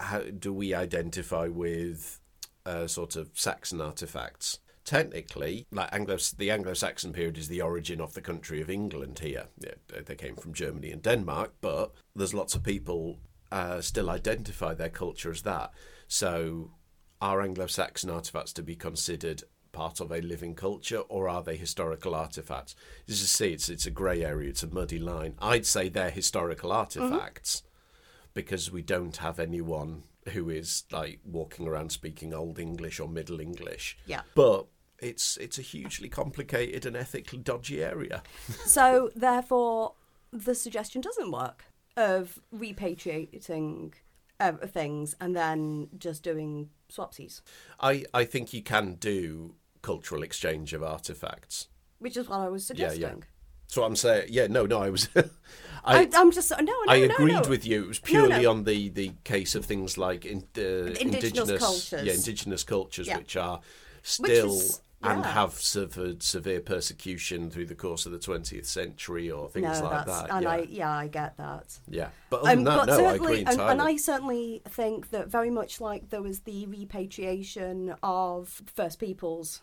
S2: how do we identify with uh, sort of Saxon artifacts? Technically, like Anglo, the Anglo-Saxon period is the origin of the country of England. Here, yeah, they- they came from Germany and Denmark, but there's lots of people uh, still identify their culture as that. So, are Anglo-Saxon artifacts to be considered part of a living culture, or are they historical artifacts? As you see, it's it's a grey area, it's a muddy line. I'd say they're historical artifacts because we don't have anyone who is like walking around speaking Old English or Middle English.
S1: Yeah.
S2: but. It's it's a hugely complicated and ethically dodgy area.
S1: So therefore, the suggestion doesn't work of repatriating uh, things and then just doing swapsies,
S2: I, I think you can do cultural exchange of artifacts.
S1: which is what I was
S2: Yeah,
S1: suggesting.
S2: yeah. So I'm saying, yeah, no, no, I was, I,
S1: I, I'm just no, no.
S2: I
S1: no,
S2: agreed
S1: no.
S2: with you. It was
S1: No, no.
S2: purely on the, the case of things like in, uh, indigenous,
S1: cultures.
S2: yeah, indigenous cultures,
S1: Yeah.
S2: which are
S1: Which
S2: still
S1: is-
S2: and
S1: yeah.
S2: have suffered severe persecution through the course of the 20th century or
S1: No,
S2: things like
S1: that's
S2: that.
S1: and
S2: yeah.
S1: I yeah I get that.
S2: yeah, but other than
S1: Um,
S2: that,
S1: but
S2: no, I
S1: certainly,
S2: agree
S1: and,
S2: entirely.
S1: and I certainly think that very much like there was the repatriation of First Peoples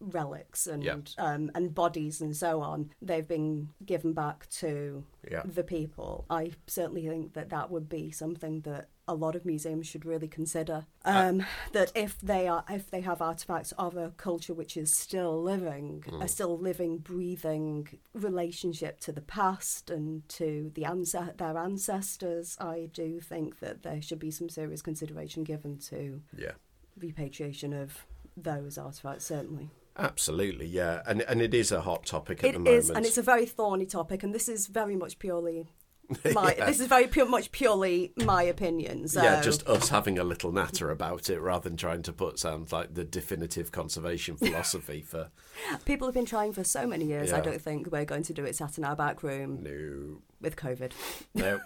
S1: relics and
S2: Mm. Yeah.
S1: um, and bodies and so on, they've been given back to
S2: Yeah.
S1: the people. I certainly think that that would be something that a lot of museums should really consider. Um, that if they are if they have artifacts of a culture which is still living, a still living, breathing relationship to the past and to the ansa- their ancestors, I do think that there should be some serious consideration given to
S2: yeah.
S1: repatriation of those artifacts. Certainly.
S2: Absolutely, yeah, and and it is a hot topic at the
S1: It
S2: moment.
S1: is, and it's a very thorny topic, and this is very much purely my.
S2: Yeah.
S1: This is very pu- much purely my opinion. So
S2: Yeah, just us having a little natter about it rather than trying to put sounds like the definitive conservation philosophy for
S1: people have been trying for so many years. I
S2: Yeah.
S1: don't think we're going to do it sat in our back room
S2: no,
S1: with COVID.
S2: no.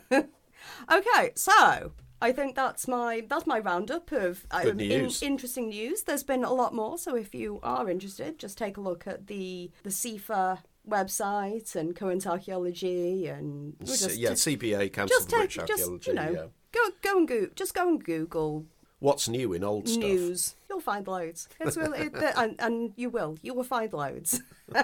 S1: Okay, so I think that's my that's my roundup of um,
S2: news.
S1: In, interesting news. There's been a lot more, so if you are interested, just take a look at the the CIFA website and current archaeology and we're
S2: S-
S1: just,
S2: yeah,
S1: just,
S2: CBA, Council
S1: just
S2: for
S1: take
S2: British
S1: just
S2: Archaeology.
S1: you know
S2: yeah.
S1: go go and go just go and Google
S2: What's new in old stuff?
S1: news. You'll find loads. It's really, it, and, and you will. You will find loads.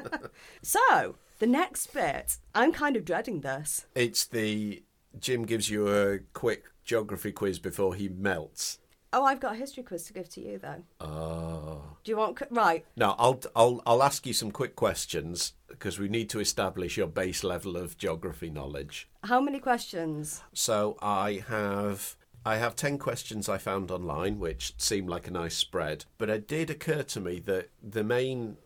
S1: so the next bit, I'm kind of dreading this.
S2: It's the Jim gives you a quick geography quiz before he melts.
S1: Oh, I've got a history quiz to give to you though.
S2: Oh.
S1: Do you want c- right?
S2: Now I'll I'll I'll ask you some quick questions because we need to establish your base level of geography knowledge.
S1: How many questions?
S2: So I have I have 10 questions I found online which seem like a nice spread, but it did occur to me that the main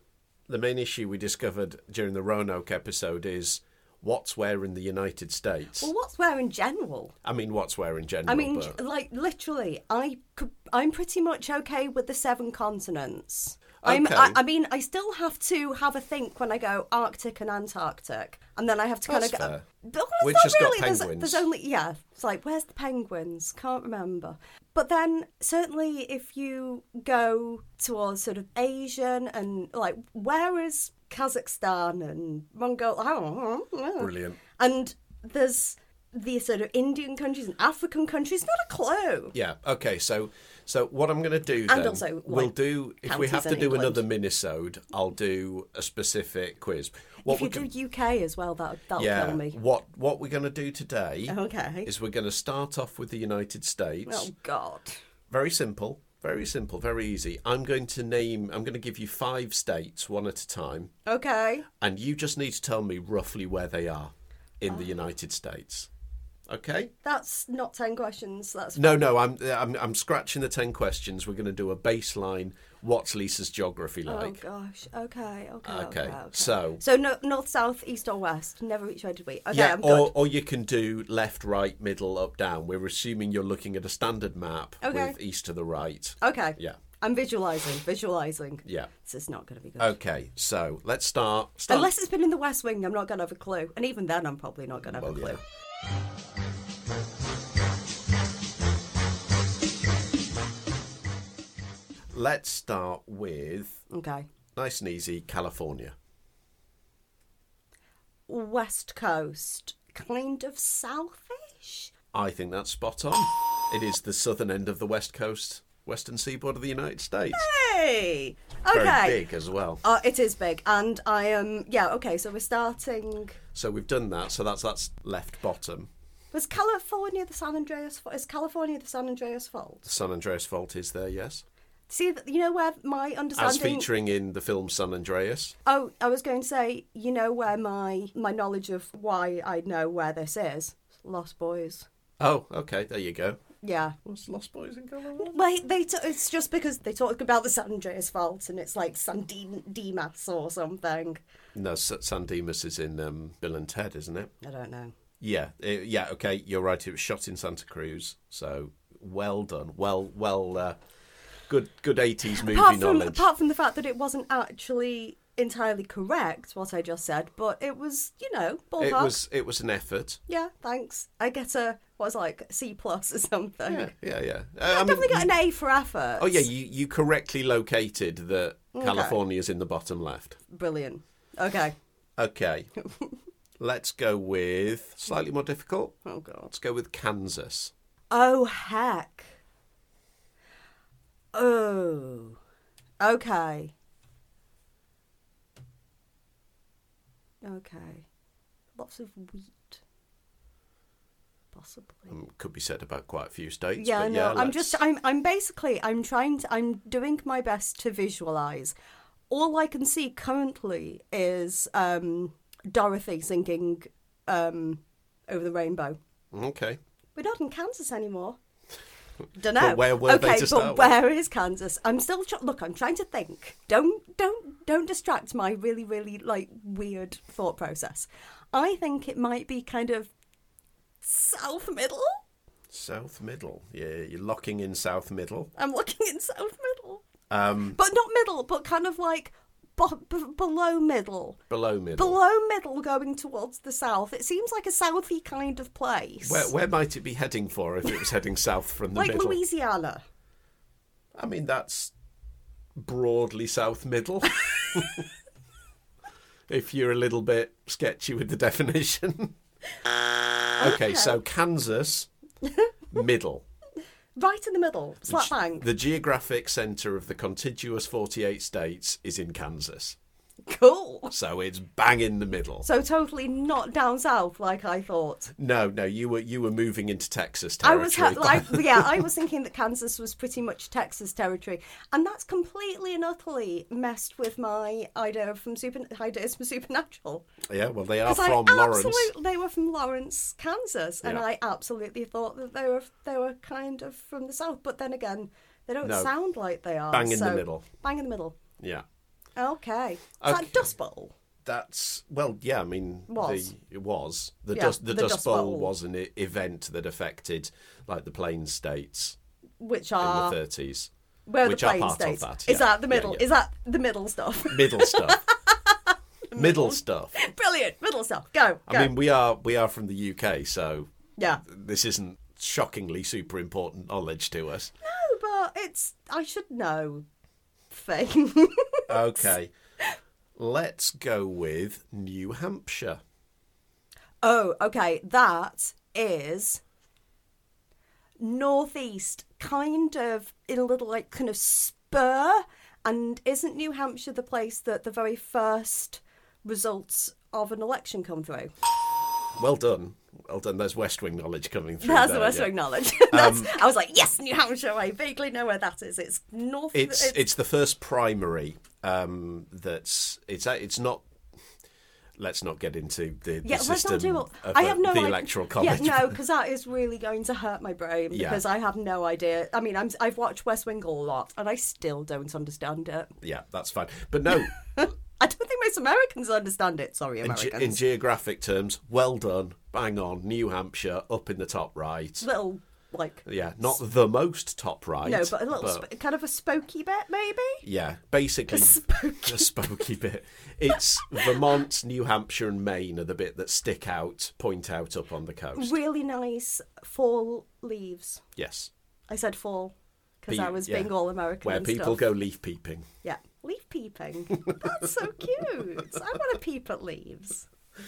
S2: the main issue we discovered during the Roanoke episode is what's where in the United States.
S1: Well, what's where in general?
S2: I mean what's where in general.
S1: I mean,
S2: but-
S1: j- like literally, I could, I'm pretty much okay with the seven continents. I'm,
S2: Okay.
S1: I, I mean, I still have to have a think when I go Arctic and Antarctic, and then I have to kind
S2: That's
S1: of go.
S2: fair.
S1: But it's
S2: We've
S1: not
S2: just got
S1: really, there's-
S2: penguins.
S1: There's, only yeah. It's like where's the penguins? Can't remember. But then certainly, if you go towards sort of Asian and like where is Kazakhstan and Mongolia? I don't know.
S2: Brilliant.
S1: And there's the sort of Indian countries and African countries. Not a clue.
S2: Yeah. Okay. So, so what I'm going to do
S1: And
S2: then,
S1: also, like,
S2: we'll do if we
S1: counties
S2: have to
S1: in
S2: do
S1: England.
S2: another minisode, I'll do a specific quiz.
S1: if you
S2: we're go-
S1: do UK as well, that that'll
S2: yeah.
S1: kill me. Uh-huh.
S2: What what we're going to do today
S1: Okay.
S2: is we're going to start off with the United States.
S1: Oh God.
S2: Very simple. Very simple. Very easy. I'm going to name. I'm going to give you five states, one at a time,
S1: Okay.
S2: and you just need to tell me roughly where they are in
S1: Ah.
S2: the United States. Okay.
S1: That's not ten questions. That's
S2: No, no, I'm, I'm I'm scratching the ten questions. We're going to do a baseline. What's Lisa's geography
S1: oh
S2: like?
S1: gosh. Okay. Okay.
S2: okay.
S1: Okay. okay.
S2: So
S1: So no, north, south, east, or west. Never each way did we. Okay,
S2: yeah,
S1: I'm
S2: or
S1: good.
S2: or you can do left, right, middle, up, down. We're assuming you're looking at a standard map
S1: Okay.
S2: with east to the right.
S1: Okay.
S2: Yeah.
S1: I'm visualizing. Visualizing.
S2: Yeah.
S1: This is not going to be good.
S2: Okay, so let's start. start
S1: Unless it's been in the West Wing, I'm not going to have a clue. And even then, I'm probably not going to have
S2: Well,
S1: a clue.
S2: yeah. let's start with
S1: Okay.
S2: nice and easy California.
S1: West Coast, kind of southish.
S2: I think that's spot on. It is the southern end of the west coast, western seaboard of the United States.
S1: Hey.
S2: Very
S1: Okay.
S2: big as well.
S1: Uh, it is big, and I am. yeah. Okay. So we're starting.
S2: So we've done that. So that's that's left bottom.
S1: Was California the San Andreas? Fa- Is California the San Andreas Fault?
S2: The San Andreas Fault is there, yes.
S1: See, th- you know where my
S2: As
S1: understanding.
S2: featuring in the film San Andreas.
S1: Oh, I was going to say, you know where my my knowledge of why I know where this is. Lost Boys.
S2: Oh, okay, there you go.
S1: Yeah.
S2: What's Lost Boys in Colorado?
S1: Well, they t- it's just because they talk about the San Andreas Fault and it's like San D- Dimas or something.
S2: No, S- San Dimas is in um, Bill and Ted, isn't it?
S1: I don't know.
S2: Yeah, eh, yeah. Okay, you're right. It was shot in Santa Cruz. So well done. Well, well. Uh, good, good eighties movie
S1: Apart from
S2: knowledge.
S1: apart from the fact that it wasn't actually entirely correct what I just said, but it was you know ballpark.
S2: it was, it was an effort.
S1: Yeah, thanks. I get a what's like C plus or something.
S2: Yeah, yeah, yeah. Uh,
S1: I,
S2: I mean,
S1: definitely got an A for effort.
S2: oh yeah, you you correctly located that California's in the bottom left.
S1: Brilliant. Okay.
S2: Okay. Let's go with slightly more difficult.
S1: Oh god.
S2: Let's go with Kansas.
S1: Oh heck. Oh. Okay. Okay. Lots of wheat. Possibly.
S2: Um, could be said about quite a few states.
S1: Yeah,
S2: but
S1: no,
S2: yeah,
S1: I'm
S2: let's-
S1: just, I'm, I'm basically, I'm trying to, I'm doing my best to visualize. All I can see currently is um, Dorothy singing um, "Over the Rainbow."
S2: Okay.
S1: We're not in Kansas anymore. Don't know.
S2: But where were they
S1: okay,
S2: to
S1: but
S2: start with?
S1: where is Kansas? I'm still tr- look. I'm trying to think. Don't don't don't distract my really really like weird thought process. I think it might be kind of south middle.
S2: South Middle. Yeah, you're locking in South Middle.
S1: I'm looking in South Middle,
S2: Um,
S1: but not middle, but kind of like bo- b- below middle.
S2: Below middle.
S1: Below middle going towards the south. It seems like a southy kind of place.
S2: Where, where might it be heading for if it was heading south from the
S1: like
S2: middle?
S1: Louisiana.
S2: I mean, that's broadly south middle. if you're a little bit sketchy with the definition. okay, so Kansas, middle.
S1: Right in the middle. Slap bang.
S2: The geographic centre of the contiguous 48 states is in Kansas.
S1: Cool.
S2: So it's bang in the middle.
S1: So totally not down south like I thought.
S2: No, no, you were you were moving into Texas
S1: I
S2: territory.
S1: was ha- like, yeah, I was thinking that Kansas was pretty much Texas territory, and that's completely and utterly messed with my idea from super ideas from Supernatural.
S2: yeah, well, they are
S1: Because
S2: Oh, from
S1: I
S2: Lawrence.
S1: absolutely they were from Lawrence, Kansas, and
S2: Yeah.
S1: I absolutely thought that they were they were kind of from the south. But then again, they don't
S2: No.
S1: sound like they are.
S2: Bang in the
S1: so-
S2: middle.
S1: Bang in the middle.
S2: Yeah,
S1: Okay. Is
S2: Okay.
S1: that Dust Bowl?
S2: that's well, yeah. I mean,
S1: Was.
S2: the it was the
S1: Yeah,
S2: dust the,
S1: the
S2: Dust,
S1: Dust
S2: Bowl,
S1: Bowl.
S2: was an e- event that affected like the Plain States
S1: Which
S2: in
S1: are
S2: the thirties,
S1: Ah. where
S2: which
S1: the
S2: are
S1: plain
S2: part
S1: states.
S2: of that.
S1: Is
S2: yeah,
S1: that the
S2: yeah,
S1: middle?
S2: yeah.
S1: Is that the middle stuff?
S2: middle stuff? middle stuff.
S1: Brilliant, middle stuff. Go, go.
S2: I mean, we are we are from the UK, so
S1: yeah.
S2: this isn't shockingly super important knowledge to us.
S1: No, Oh, but it's I should know thing.
S2: Okay. Let's go with New Hampshire.
S1: oh, okay. That is northeast, kind of in a little like kind of spur. And isn't New Hampshire the place that the very first results of an election come through?
S2: Well done. Well done. There's West Wing knowledge coming through.
S1: That's
S2: there,
S1: the worst
S2: yeah. Um,
S1: to acknowledge. That's, I was like, yes, New Hampshire. I vaguely know where that is. It's north.
S2: It's it's the first primary um, that's it's a- it's not. Let's not get into the, the
S1: Yeah, let's
S2: system
S1: not do all.
S2: of
S1: I
S2: the-
S1: have no
S2: the
S1: idea.
S2: electoral college.
S1: Yeah, no, because that is really going to hurt my brain
S2: Yeah.
S1: because I have no idea. I mean, I'm, I've watched West Wing a lot and I still don't understand it.
S2: Yeah, that's fine. But no,
S1: I don't think most Americans understand it. Sorry,
S2: in, ge-
S1: Americans.
S2: in geographic terms, well done, bang on, New Hampshire up in the top right.
S1: little like
S2: Yeah, not the most top right.
S1: no, but a little sp- kind of a spooky bit maybe.
S2: Yeah, basically
S1: A spooky-
S2: the spooky bit. It's Vermont, New Hampshire, and Maine are the bit that stick out, point out up on the coast.
S1: Really nice fall leaves.
S2: Yes,
S1: I said fall because
S2: Pe-
S1: I was
S2: yeah.
S1: being all American.
S2: where
S1: and
S2: people
S1: stuff.
S2: go leaf peeping.
S1: Yeah, leaf peeping. That's so cute. I want to peep at leaves.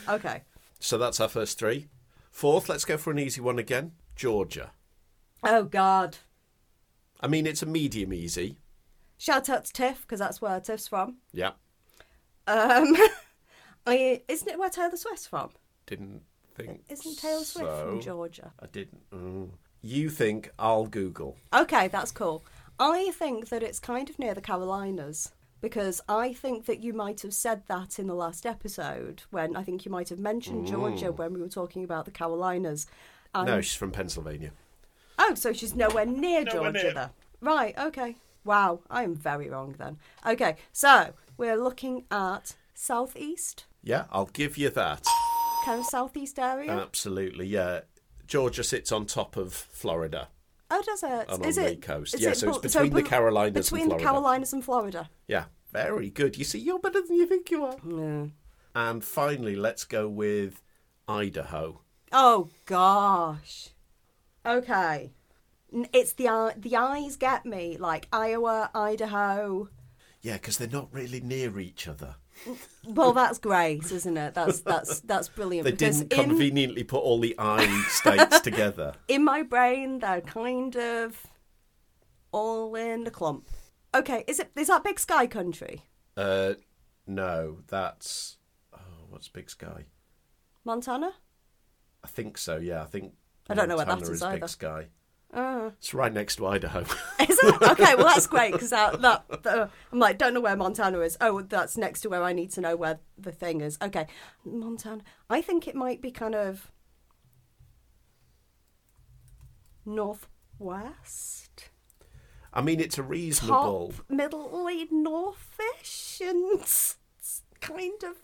S1: Okay.
S2: So that's our first three. Fourth, let's go for an easy one again. Georgia.
S1: Oh God.
S2: I mean, it's a medium easy.
S1: Shout out to Tiff because that's where Tiff's from.
S2: Yeah,
S1: Um, I, isn't it where Taylor Swift's from?
S2: didn't think.
S1: Isn't Taylor Swift from
S2: so.
S1: Georgia?
S2: I didn't. mm. You think I'll Google?
S1: Okay, that's cool. I think that it's kind of near the Carolinas because I think that you might have said that in the last episode when I think you might have mentioned Georgia when we were talking about the Carolinas. And,
S2: No, she's from Pennsylvania.
S1: Oh, so she's nowhere near
S2: Nowhere
S1: Georgia
S2: near.
S1: then. Right, okay. Wow, I am very wrong then. Okay, so we're looking at southeast,
S2: Yeah, I'll give you that.
S1: kind of southeast area.
S2: Absolutely, yeah. Georgia sits on topop of Florida.
S1: Oh, does it?
S2: and
S1: Is
S2: on the
S1: it-
S2: coast.
S1: is
S2: Yeah,
S1: it
S2: so it's
S1: bu-
S2: between the
S1: bu-
S2: Carolinas and
S1: between
S2: Florida.
S1: the Carolinas and Florida.
S2: Yeah, very good. You see, you're better than you think you are. And finally, let's go with Idaho.
S1: Oh gosh. Okay. N- It's the eye- the eyes get me like Iowa, Idaho.
S2: Yeah, because they're not really near each other.
S1: Well, that's great, isn't it? That's that's that's brilliant.
S2: They
S1: because
S2: didn't
S1: in
S2: conveniently put all the I states together.
S1: in my brain they're kind of all in a clump. Okay, is it is that Big Sky country?
S2: Uh, no, that's oh, what's Big Sky?
S1: Montana?
S2: I think so. Yeah, I think
S1: I don't know what that
S2: Montana
S1: is
S2: Big
S1: either. Oh.
S2: Sky. It's right next to Idaho.
S1: Is it? Okay, well that's great because that, that, that- I'm like don't know where Montana is. Oh, that's next to where I need to know where the thing is. Okay, Montana. I think it might be kind of northwest,
S2: I mean, it's a reasonable.
S1: top, middle, northish, and s- s- kind of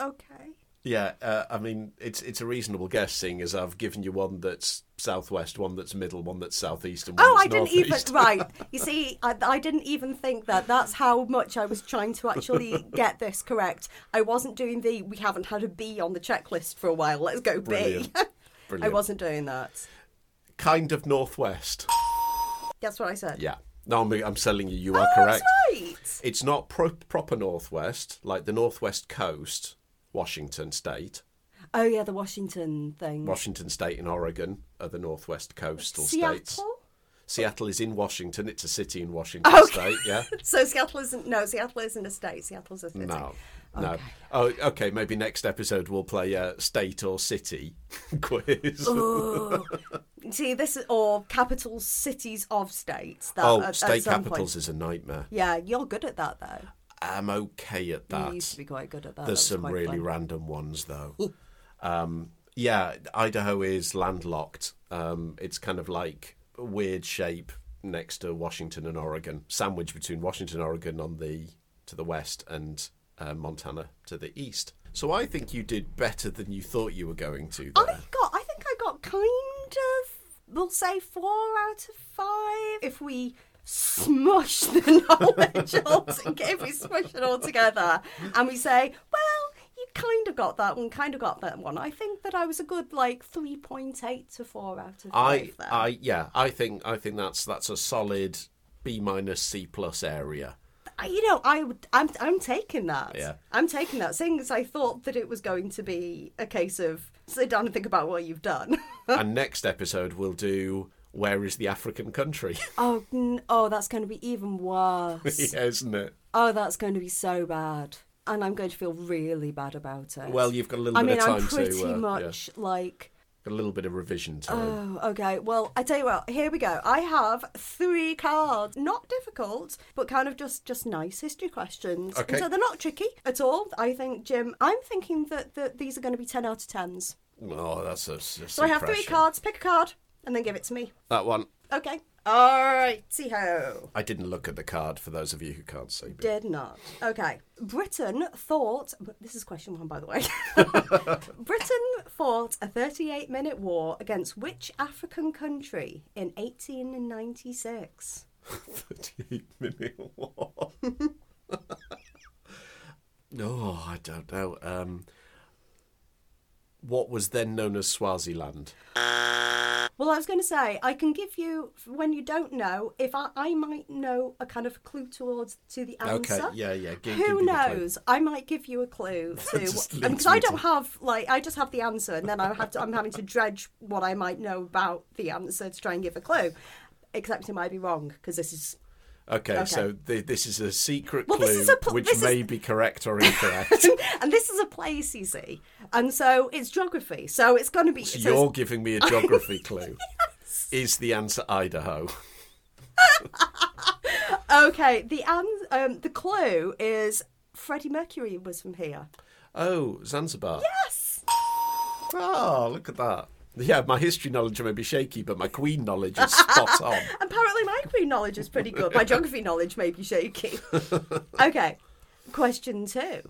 S1: okay.
S2: Yeah, uh, I mean it's it's a reasonable guess, seeing as I've given you one that's southwest, one that's middle, one that's southeast, and one
S1: Oh, I
S2: that's
S1: didn't even
S2: northeast.
S1: right. You see, I, I didn't even think that. That's how much I was trying to actually get this correct. I wasn't doing the. We haven't had a B on the checklist for a while. Let's go B.
S2: Brilliant.
S1: I
S2: Brilliant.
S1: wasn't doing that.
S2: kind of northwest.
S1: That's what I said.
S2: Yeah. No, I'm, I'm selling you. You are
S1: Oh,
S2: correct.
S1: That's right.
S2: It's not pro- proper northwest, like the northwest coast, Washington state.
S1: Oh yeah, the Washington thing.
S2: Washington state and Oregon are the northwest coastal
S1: Seattle.
S2: states. Seattle is in Washington. It's a city in Washington state. Yeah.
S1: So Seattle isn't no Seattle isn't a state. Seattle's a city.
S2: No. No. Oh, okay. Maybe next episode we'll play a state or city quiz.
S1: See this is, or capital cities of states. That,
S2: oh,
S1: at- at
S2: state
S1: some point-
S2: capitals is a nightmare.
S1: Yeah, you're good at that though.
S2: I'm okay at
S1: You used
S2: that.
S1: to be quite good at that.
S2: There's
S1: That was
S2: some
S1: quite
S2: really
S1: fun.
S2: random ones though. um, yeah, Idaho is landlocked. Um, it's kind of like a weird shape next to Washington and Oregon, sandwiched between Washington, Oregon on the to the west and uh, Montana to the east. So I think you did better than you thought you were going to.
S1: I
S2: There.
S1: got. I think I got kind of. We'll say four out of five if we smush the knowledge all together. If we smush it all together, and we say, well, you kind of got that one, kind of got that one. I think that I was a good like three point eight to four out of
S2: I,
S1: five. there.
S2: I, yeah, I think I think that's that's a solid B minus C plus area.
S1: I- you know, I would, I'm, I'm taking that.
S2: Yeah.
S1: I'm taking that. Seeing as I thought that it was going to be a case of sit down and think about what you've done.
S2: and next episode we'll do where is the African country?
S1: oh, n- oh, that's going to be even worse.
S2: yeah, isn't it?
S1: Oh, that's going to be so bad. And I'm going to feel really bad about it.
S2: Well, you've got a little
S1: I
S2: bit
S1: mean,
S2: of time
S1: I'm pretty
S2: to uh, yeah,
S1: much like,
S2: got a little bit of revision time.
S1: oh, okay. Well, I tell you what, here we go. I have three cards. Not difficult, but kind of just just nice history questions. And
S2: Okay.
S1: so they're not tricky at all. I think, Jim, I'm thinking that, that these are going to be 10 out of 10s.
S2: oh, that's a, so
S1: So I have three cards. Pick a card and then give it to me.
S2: That one
S1: Okay. All right. See how.
S2: I didn't look at the card for those of you who can't see. but-
S1: Did not. Okay. Britain thought. This is question one, by the way. Britain fought a 38 minute war against which African country in 1896?
S2: 38 minute war. oh, I don't know. Um, what was then known as Swaziland?
S1: Well, I was going to say, I can give you, when you don't know, if I, I might know a kind of clue towards to the
S2: Okay,
S1: answer.
S2: yeah, yeah. Give, give
S1: Who
S2: me the clue.
S1: knows? I might give you a clue to
S2: Just leads
S1: because I
S2: me
S1: don't
S2: to-
S1: have like I just have the answer, and then I have to, I'm having to dredge what I might know about the answer to try and give a clue. Except it might be wrong because this is
S2: Okay, so th- this is a secret
S1: Well,
S2: clue,
S1: this is a pl-
S2: which
S1: this is-
S2: may be correct or incorrect.
S1: and this is a place you see, and so it's geography. So it's going to be so
S2: So
S1: it's-
S2: you're giving me a geography clue. Is the answer Idaho?
S1: okay. The ans- um, the clue is Freddie Mercury was from here.
S2: Oh, Zanzibar.
S1: Yes.
S2: Oh, look at that. Yeah, my history knowledge may be shaky, but my Queen knowledge is spot on.
S1: Apparently, my Queen knowledge is pretty good. My geography knowledge may be shaky. okay, question two.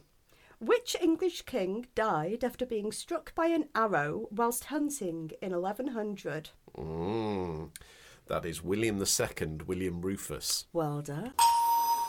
S1: Which English king died after being struck by an arrow whilst hunting in 1100?
S2: Mm. That is William II, William Rufus.
S1: Well done.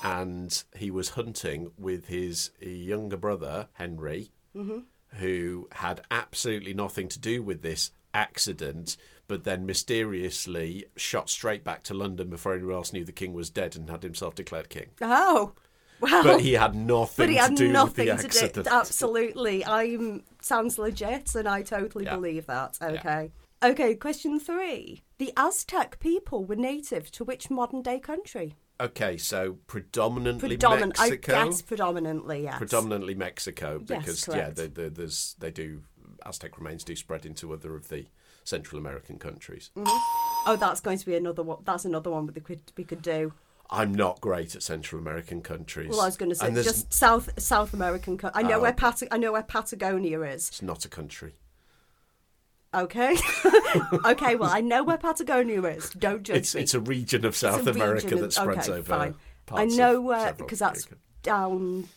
S2: And he was hunting with his younger brother, Henry,
S1: Mm-hmm.
S2: who had absolutely nothing to do with this accident, but then mysteriously shot straight back to London before anyone else knew the king was dead and had himself declared king.
S1: Oh, well.
S2: But he had nothing
S1: but he
S2: to
S1: had
S2: do
S1: nothing
S2: with the
S1: to
S2: accident.
S1: do. Oh. Absolutely, I'm sounds legit, and I totally
S2: Yeah.
S1: believe that. Okay, okay. Question three: The Aztec people were native to which modern-day country?
S2: Okay, so predominantly
S1: Predominant, I
S2: Mexico.
S1: guess, predominantly, yes.
S2: predominantly Mexico
S1: Yes,
S2: because yeah,
S1: correct.
S2: they, they, there's they do Aztec remains do spread into other of the Central American countries.
S1: Oh, that's going to be another one. That's another one that we could, we could do.
S2: I'm not great at Central American countries.
S1: Well, I was going to say
S2: and there's, Ah.
S1: just South South American. Co- I know where Pat- I know where Patagonia is.
S2: it's not a country.
S1: Okay, okay. Well, I know where Patagonia is. Don't judge
S2: It's
S1: me.
S2: it's a region of South
S1: It's a
S2: America
S1: region
S2: that
S1: of-
S2: spreads
S1: okay,
S2: over.
S1: Fine. I
S2: parts
S1: know
S2: of
S1: where
S2: several
S1: because that's
S2: American-
S1: down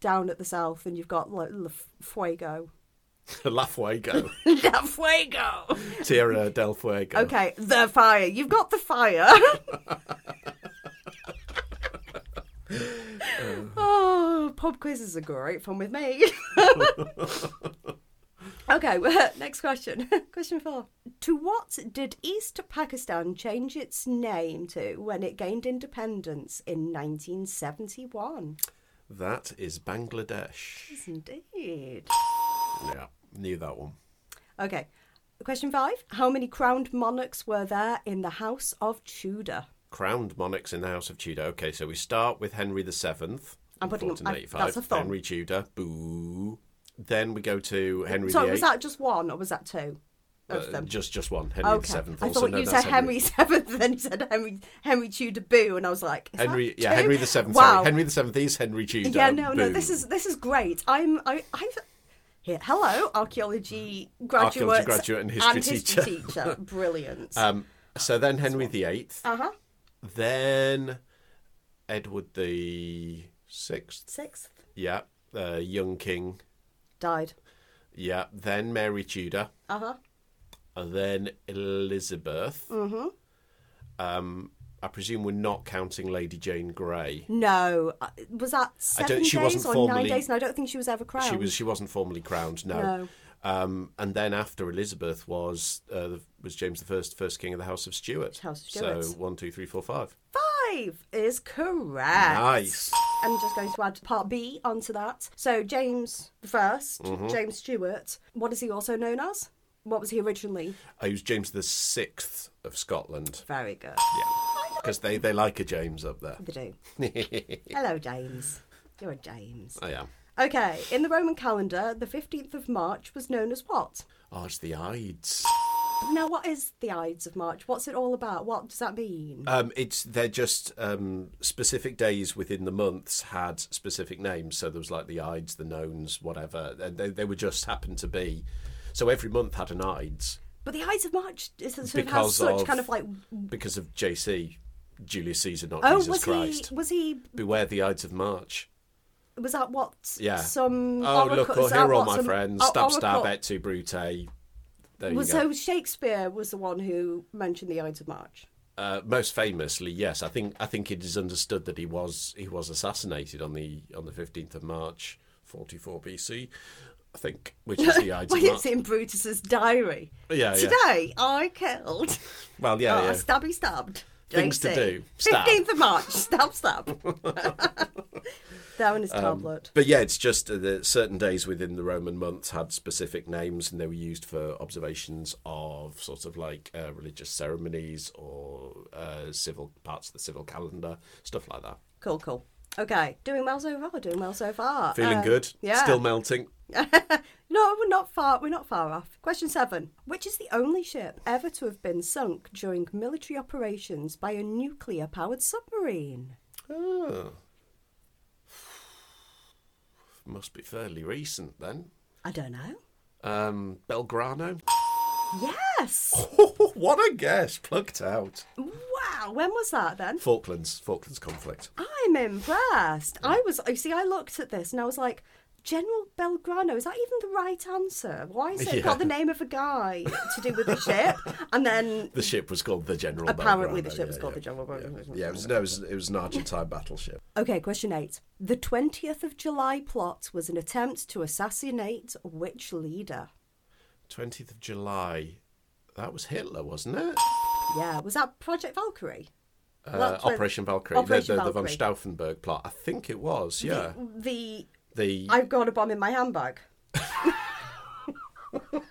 S1: down at the south, and you've got like, La Fuego.
S2: La Fuego,
S1: Del Fuego.
S2: Tierra del Fuego.
S1: Okay, the fire. You've got the fire. oh, pub quizzes are great fun with me. okay, well, next question. question four. To what did East Pakistan change its name to when it gained independence in 1971?
S2: That is Bangladesh.
S1: Yes, indeed.
S2: Yeah, knew that one.
S1: Okay, question five. How many crowned monarchs were there in the House of Tudor?
S2: Crowned monarchs in the House of Tudor. Okay, so we start with Henry the Seventh.
S1: I'm putting- I-
S2: 1485.
S1: that's a thumb.
S2: Henry Tudor. Boo. Then we go to Henry
S1: Sorry,
S2: the
S1: was
S2: Eighth.
S1: that just one or was that two of
S2: Uh,
S1: them?
S2: just just one. Henry the
S1: Okay.
S2: Seventh.
S1: I
S2: Also,
S1: thought
S2: no,
S1: you
S2: that's
S1: said Henry Seventh, then you said Henry Henry Tudor Boo, and I was like, is that
S2: Henry, yeah,
S1: two?
S2: Henry the Seventh.
S1: Wow.
S2: Sorry, Henry the Seventh is Henry Tudor.
S1: yeah, no, no, this
S2: Boo.
S1: is this is great. I'm I I've here. Hello, archaeology graduates,
S2: Archaeology graduate and history
S1: teacher. Brilliant.
S2: Um, so then Henry the Eighth,
S1: uh huh.
S2: then Edward the Sixth.
S1: Sixth
S2: Yeah, uh, young king.
S1: died.
S2: Yeah, then Mary Tudor,
S1: Uh huh.
S2: and then Elizabeth. Mm-hmm. Um, I presume we're not counting Lady Jane Grey.
S1: No, uh, was that seven
S2: don't- she
S1: days
S2: wasn't
S1: or nine
S2: formally-
S1: days? And I don't think she was ever crowned.
S2: She was she wasn't formally crowned. No.
S1: No.
S2: Um, and then after Elizabeth was uh, the- was James the First, first king of the House of Stuart.
S1: House of Stuart.
S2: So one, two, three, four, five.
S1: five is correct.
S2: Nice.
S1: I'm just going to add part B onto that. So James the 1st
S2: Mm-hmm.
S1: James Stewart. What is he also known as? What was he originally?
S2: I Oh, was James the Sixth of Scotland.
S1: Very good.
S2: Yeah, because they they like a James up there.
S1: They do. Hello, James. You're a James.
S2: I am.
S1: Okay. In the Roman calendar, the 15th of March was known as what?
S2: Oh, it's the Ides.
S1: Now, what is the Ides of March? What's it all about? What does that mean?
S2: Um, it's they're just um, specific days within the months had specific names. So there was like the Ides, the Knowns, whatever. They- They they were just happened to be. So every month had an Ides
S1: But the Ides of March is sort of has
S2: Because
S1: such
S2: of-
S1: kind of like.
S2: because of JC, Julius Caesar, not
S1: Oh,
S2: Jesus
S1: was
S2: Christ.
S1: he? Was he?
S2: Beware the Ides of March.
S1: Was that what?
S2: Yeah.
S1: Some.
S2: oh
S1: oracle-
S2: look,
S1: is
S2: oh,
S1: that
S2: here are
S1: what
S2: my
S1: some-
S2: friends.
S1: or-
S2: stab, stab,
S1: oracle-
S2: et tu, brute. There you
S1: Well,
S2: go.
S1: so Shakespeare was the one who mentioned the Ides of March.
S2: Uh, most famously, yes, I think I think it is understood that he was he was assassinated on the on the fifteenth of March, forty four BC, I think, which is the Ides
S1: well,
S2: of
S1: it's
S2: March.
S1: in Brutus's diary.
S2: Yeah, yeah.
S1: Today I killed.
S2: Well, yeah,
S1: oh, I
S2: yeah.
S1: stabby stabbed.
S2: Things to do. Stab.
S1: Fifteenth of March. Stab stab. Down
S2: Um,
S1: his tablet.
S2: But yeah, it's just uh, that certain days within the Roman months had specific names, and they were used for observations of sort of like uh, religious ceremonies or uh, civil parts of the civil calendar, stuff like that.
S1: Cool, cool. Okay, doing well so far. Doing well so far.
S2: Feeling
S1: Uh,
S2: good?
S1: Yeah.
S2: Still melting.
S1: No, we're not far. We're not far off. Question seven: Which is the only ship ever to have been sunk during military operations by a nuclear-powered submarine?
S2: Ah. Must be fairly recent then.
S1: I don't know.
S2: Um, Belgrano?
S1: Yes.
S2: what a guess! Plucked out.
S1: Wow. When was that then?
S2: Falklands, Falklands conflict.
S1: I'm impressed. I was. You see, I looked at this and I was like, General Belgrano. Is that even the right answer? Why is it
S2: Yeah.
S1: got the name of a guy to do with the ship? And then
S2: The ship was called the General
S1: Apparently
S2: Belgrano,
S1: the ship was
S2: yeah,
S1: called
S2: yeah.
S1: the General Belgrano.
S2: Yeah, it was, no, it was, it was an Argentine battleship.
S1: Okay, question eight. The 20th of July plot was an attempt to assassinate which leader?
S2: 20th of July. That was Hitler, wasn't it?
S1: Yeah, was that Project Valkyrie?
S2: Uh,
S1: That's when-
S2: Operation Valkyrie,
S1: Operation
S2: the, the,
S1: Valkyrie.
S2: the von Stauffenberg plot. I think it was, yeah.
S1: The
S2: The,
S1: I've got a bomb in my handbag.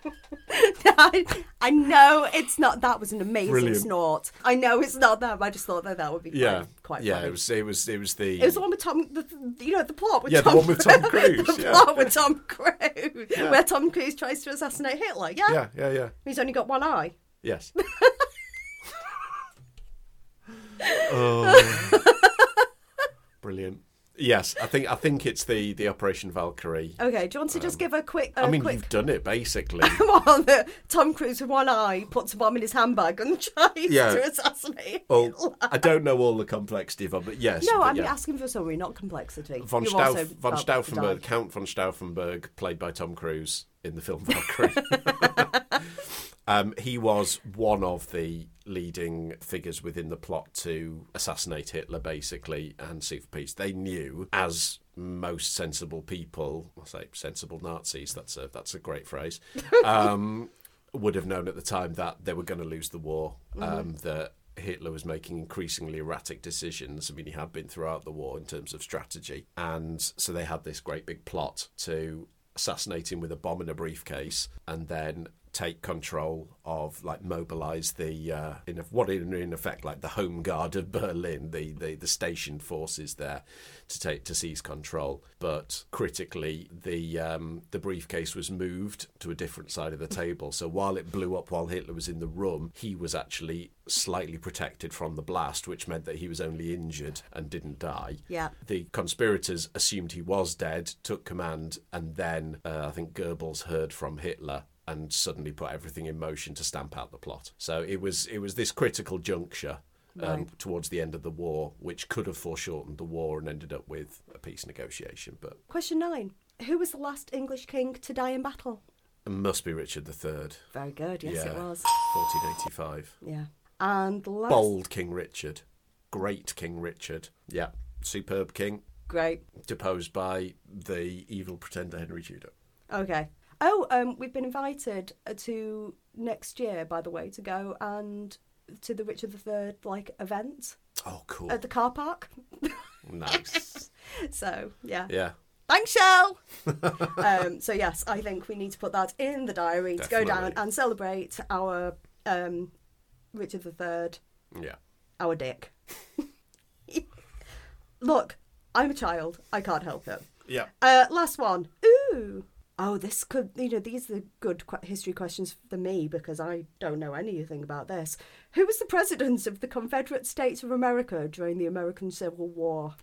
S1: I, I know it's not. That was an amazing
S2: Brilliant.
S1: snort. I know it's not them. I just thought that that would be
S2: yeah,
S1: quite, quite
S2: yeah.
S1: funny.
S2: It was, it was, it was the.
S1: It was the one with Tom, the, the- you know, the plot with
S2: Yeah, the
S1: Tom.
S2: one with Tom Cruise,
S1: the
S2: yeah.
S1: plot with Tom Cruise, where Tom Cruise tries to assassinate Hitler. Yeah?
S2: yeah, yeah, yeah.
S1: he's only got one eye.
S2: Yes. Oh. Brilliant. Yes, I think I think it's the the Operation Valkyrie.
S1: Okay, do you want to just give a quick? A
S2: Um, I mean,
S1: Oh, quick...
S2: you've done it basically.
S1: Come on, the Tom Cruise with one eye puts a bomb in his handbag and tries
S2: Yeah.
S1: to assassinate.
S2: well, I don't know all the complexity of it, but yes.
S1: no,
S2: but
S1: I'm
S2: yeah.
S1: asking for summary, not complexity.
S2: Von,
S1: You
S2: Stauff,
S1: also
S2: von
S1: felt the
S2: Stauffenberg,
S1: dive.
S2: Count von Stauffenberg, played by Tom Cruise in the film Valkyrie. um, he was one of the leading figures within the plot to assassinate Hitler, basically, and seek for peace. They knew, as most sensible people, I say sensible Nazis. That's a that's a great phrase. Um, would have known at the time that they were going to lose the war. Um, that Hitler was making increasingly erratic decisions. I mean, he had been throughout the war in terms of strategy, and so they had this great big plot to assassinate him with a bomb in a briefcase, and then take control of like mobilize the uh, in eff- what in, in effect like the home guard of Berlin the, the the stationed forces there to take to seize control but critically the um, the briefcase was moved to a different side of the table so while it blew up while Hitler was in the room he was actually slightly protected from the blast which meant that he was only injured and didn't die
S1: Yeah.
S2: the conspirators assumed he was dead, took command, and then uh, I think Goebbels heard from Hitler and suddenly put everything in motion to stamp out the plot. So it was it was this critical juncture. Um, Towards the end of the war, which could have foreshortened the war and ended up with a peace negotiation, but
S1: Question nine: Who was the last English king to die in battle?
S2: it must be Richard III.
S1: Very good. Yes, it was.
S2: 1485.
S1: Yeah. And the last.
S2: Bold King Richard, great King Richard. Yeah, superb king,
S1: Great.
S2: deposed by the evil pretender Henry Tudor.
S1: Okay. Oh, um, we've been invited uh, to next year, by the way, to go and to the Richard III like event
S2: Oh, cool!
S1: at the car park.
S2: Nice.
S1: So yeah.
S2: Yeah.
S1: Thanks, Shell. um, so yes, I think we need to put that in the diary to go down
S2: Definitely.
S1: and celebrate our um, Richard III,
S2: Yeah.
S1: our dick. Look, I'm a child. I can't help it.
S2: Yeah.
S1: Uh, last one. Ooh. Oh, this could, you know, these are good que- history questions for me because I don't know anything about this. Who was the president of the Confederate States of America during the American Civil War?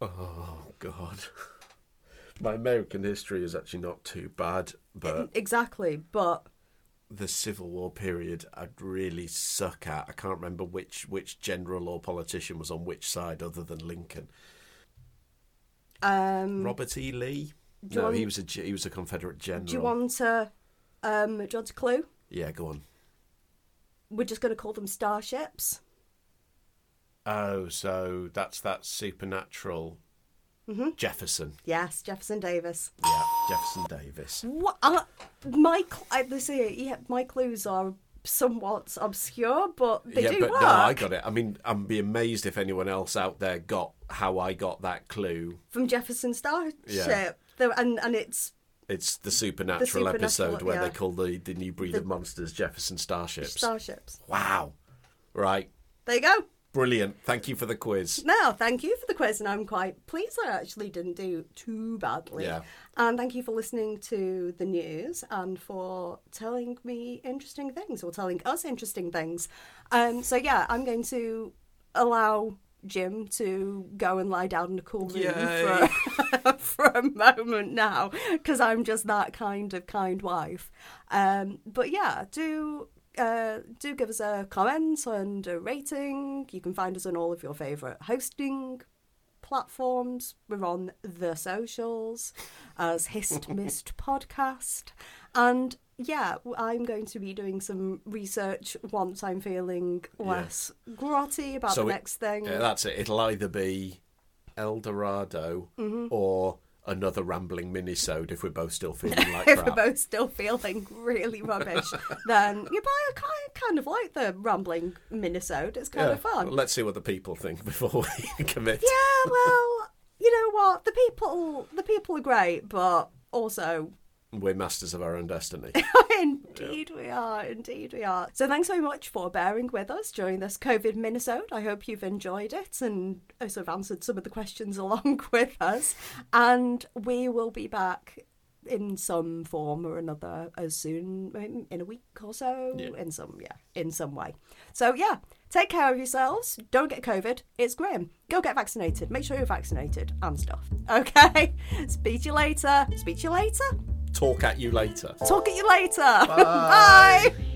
S2: Oh God. My American history is actually not too bad, but
S1: Mm, Exactly, but
S2: the Civil War period I'd really suck at. I can't remember which which general or politician was on which side other than Lincoln.
S1: um,
S2: Robert E. Lee.
S1: Do you
S2: No,
S1: want-
S2: he was a ge- he was a Confederate general.
S1: do you want to, um, do you want a clue?
S2: Yeah, go on.
S1: We're just going to call them starships.
S2: Oh, so that's that supernatural. Jefferson.
S1: Yes, Jefferson Davis.
S2: Mm-hmm. Yeah, Jefferson Davis.
S1: What? Uh, my, cl- I, let's see, yeah, my clues are somewhat obscure, but they
S2: yeah,
S1: do
S2: but
S1: work.
S2: no, I got it. I mean, I'd be amazed if anyone else out there got how I got that clue.
S1: from Jefferson Starship.
S2: Yeah.
S1: The- and and it's
S2: It's the supernatural,
S1: supernatural,
S2: episode where
S1: yeah.
S2: they call the, the new breed of monsters Jefferson Starships.
S1: starships.
S2: wow. Right.
S1: There you go.
S2: Brilliant. Thank you for the quiz.
S1: Now, thank you for the quiz, and I'm quite pleased I actually didn't do too badly.
S2: Yeah.
S1: And thank you for listening to the news and for telling me interesting things or telling us interesting things. Um, so yeah, I'm going to allow Jim to go and lie down in a cool room
S2: Yay.
S1: for, for a moment now because I'm just that kind of kind wife. Um, but yeah, do uh, do give us a comment and a rating. You can find us on all of your favourite hosting platforms. We're on the socials as Hist Mist Podcast. And yeah, w- I'm going to be doing some research once I'm feeling less grotty about
S2: So
S1: the
S2: it-
S1: next thing.
S2: Yeah, that's it. It'll either be El Dorado
S1: Mm-hmm.
S2: or another rambling minisode if we're both still feeling like
S1: if we're
S2: crap.
S1: both still feeling really rubbish, then you buy a kind, kind of like the rambling Minnesota. It's kind
S2: Yeah.
S1: of fun.
S2: Well, let's see what the people think before we commit.
S1: yeah, well, you know what? The people, the people are great, but also
S2: We're masters of our own destiny.
S1: indeed we are indeed we are so thanks very much for bearing with us during this covid minnesota i hope you've enjoyed it and uh, sort of answered some of the questions along with us and we will be back in some form or another as soon um, in a week or so
S3: Yeah.
S1: in some yeah in some way so yeah take care of yourselves don't get covid it's grim go get vaccinated make sure you're vaccinated and stuff okay speak to you later speak to you later
S2: Talk at you later.
S1: talk at you later bye.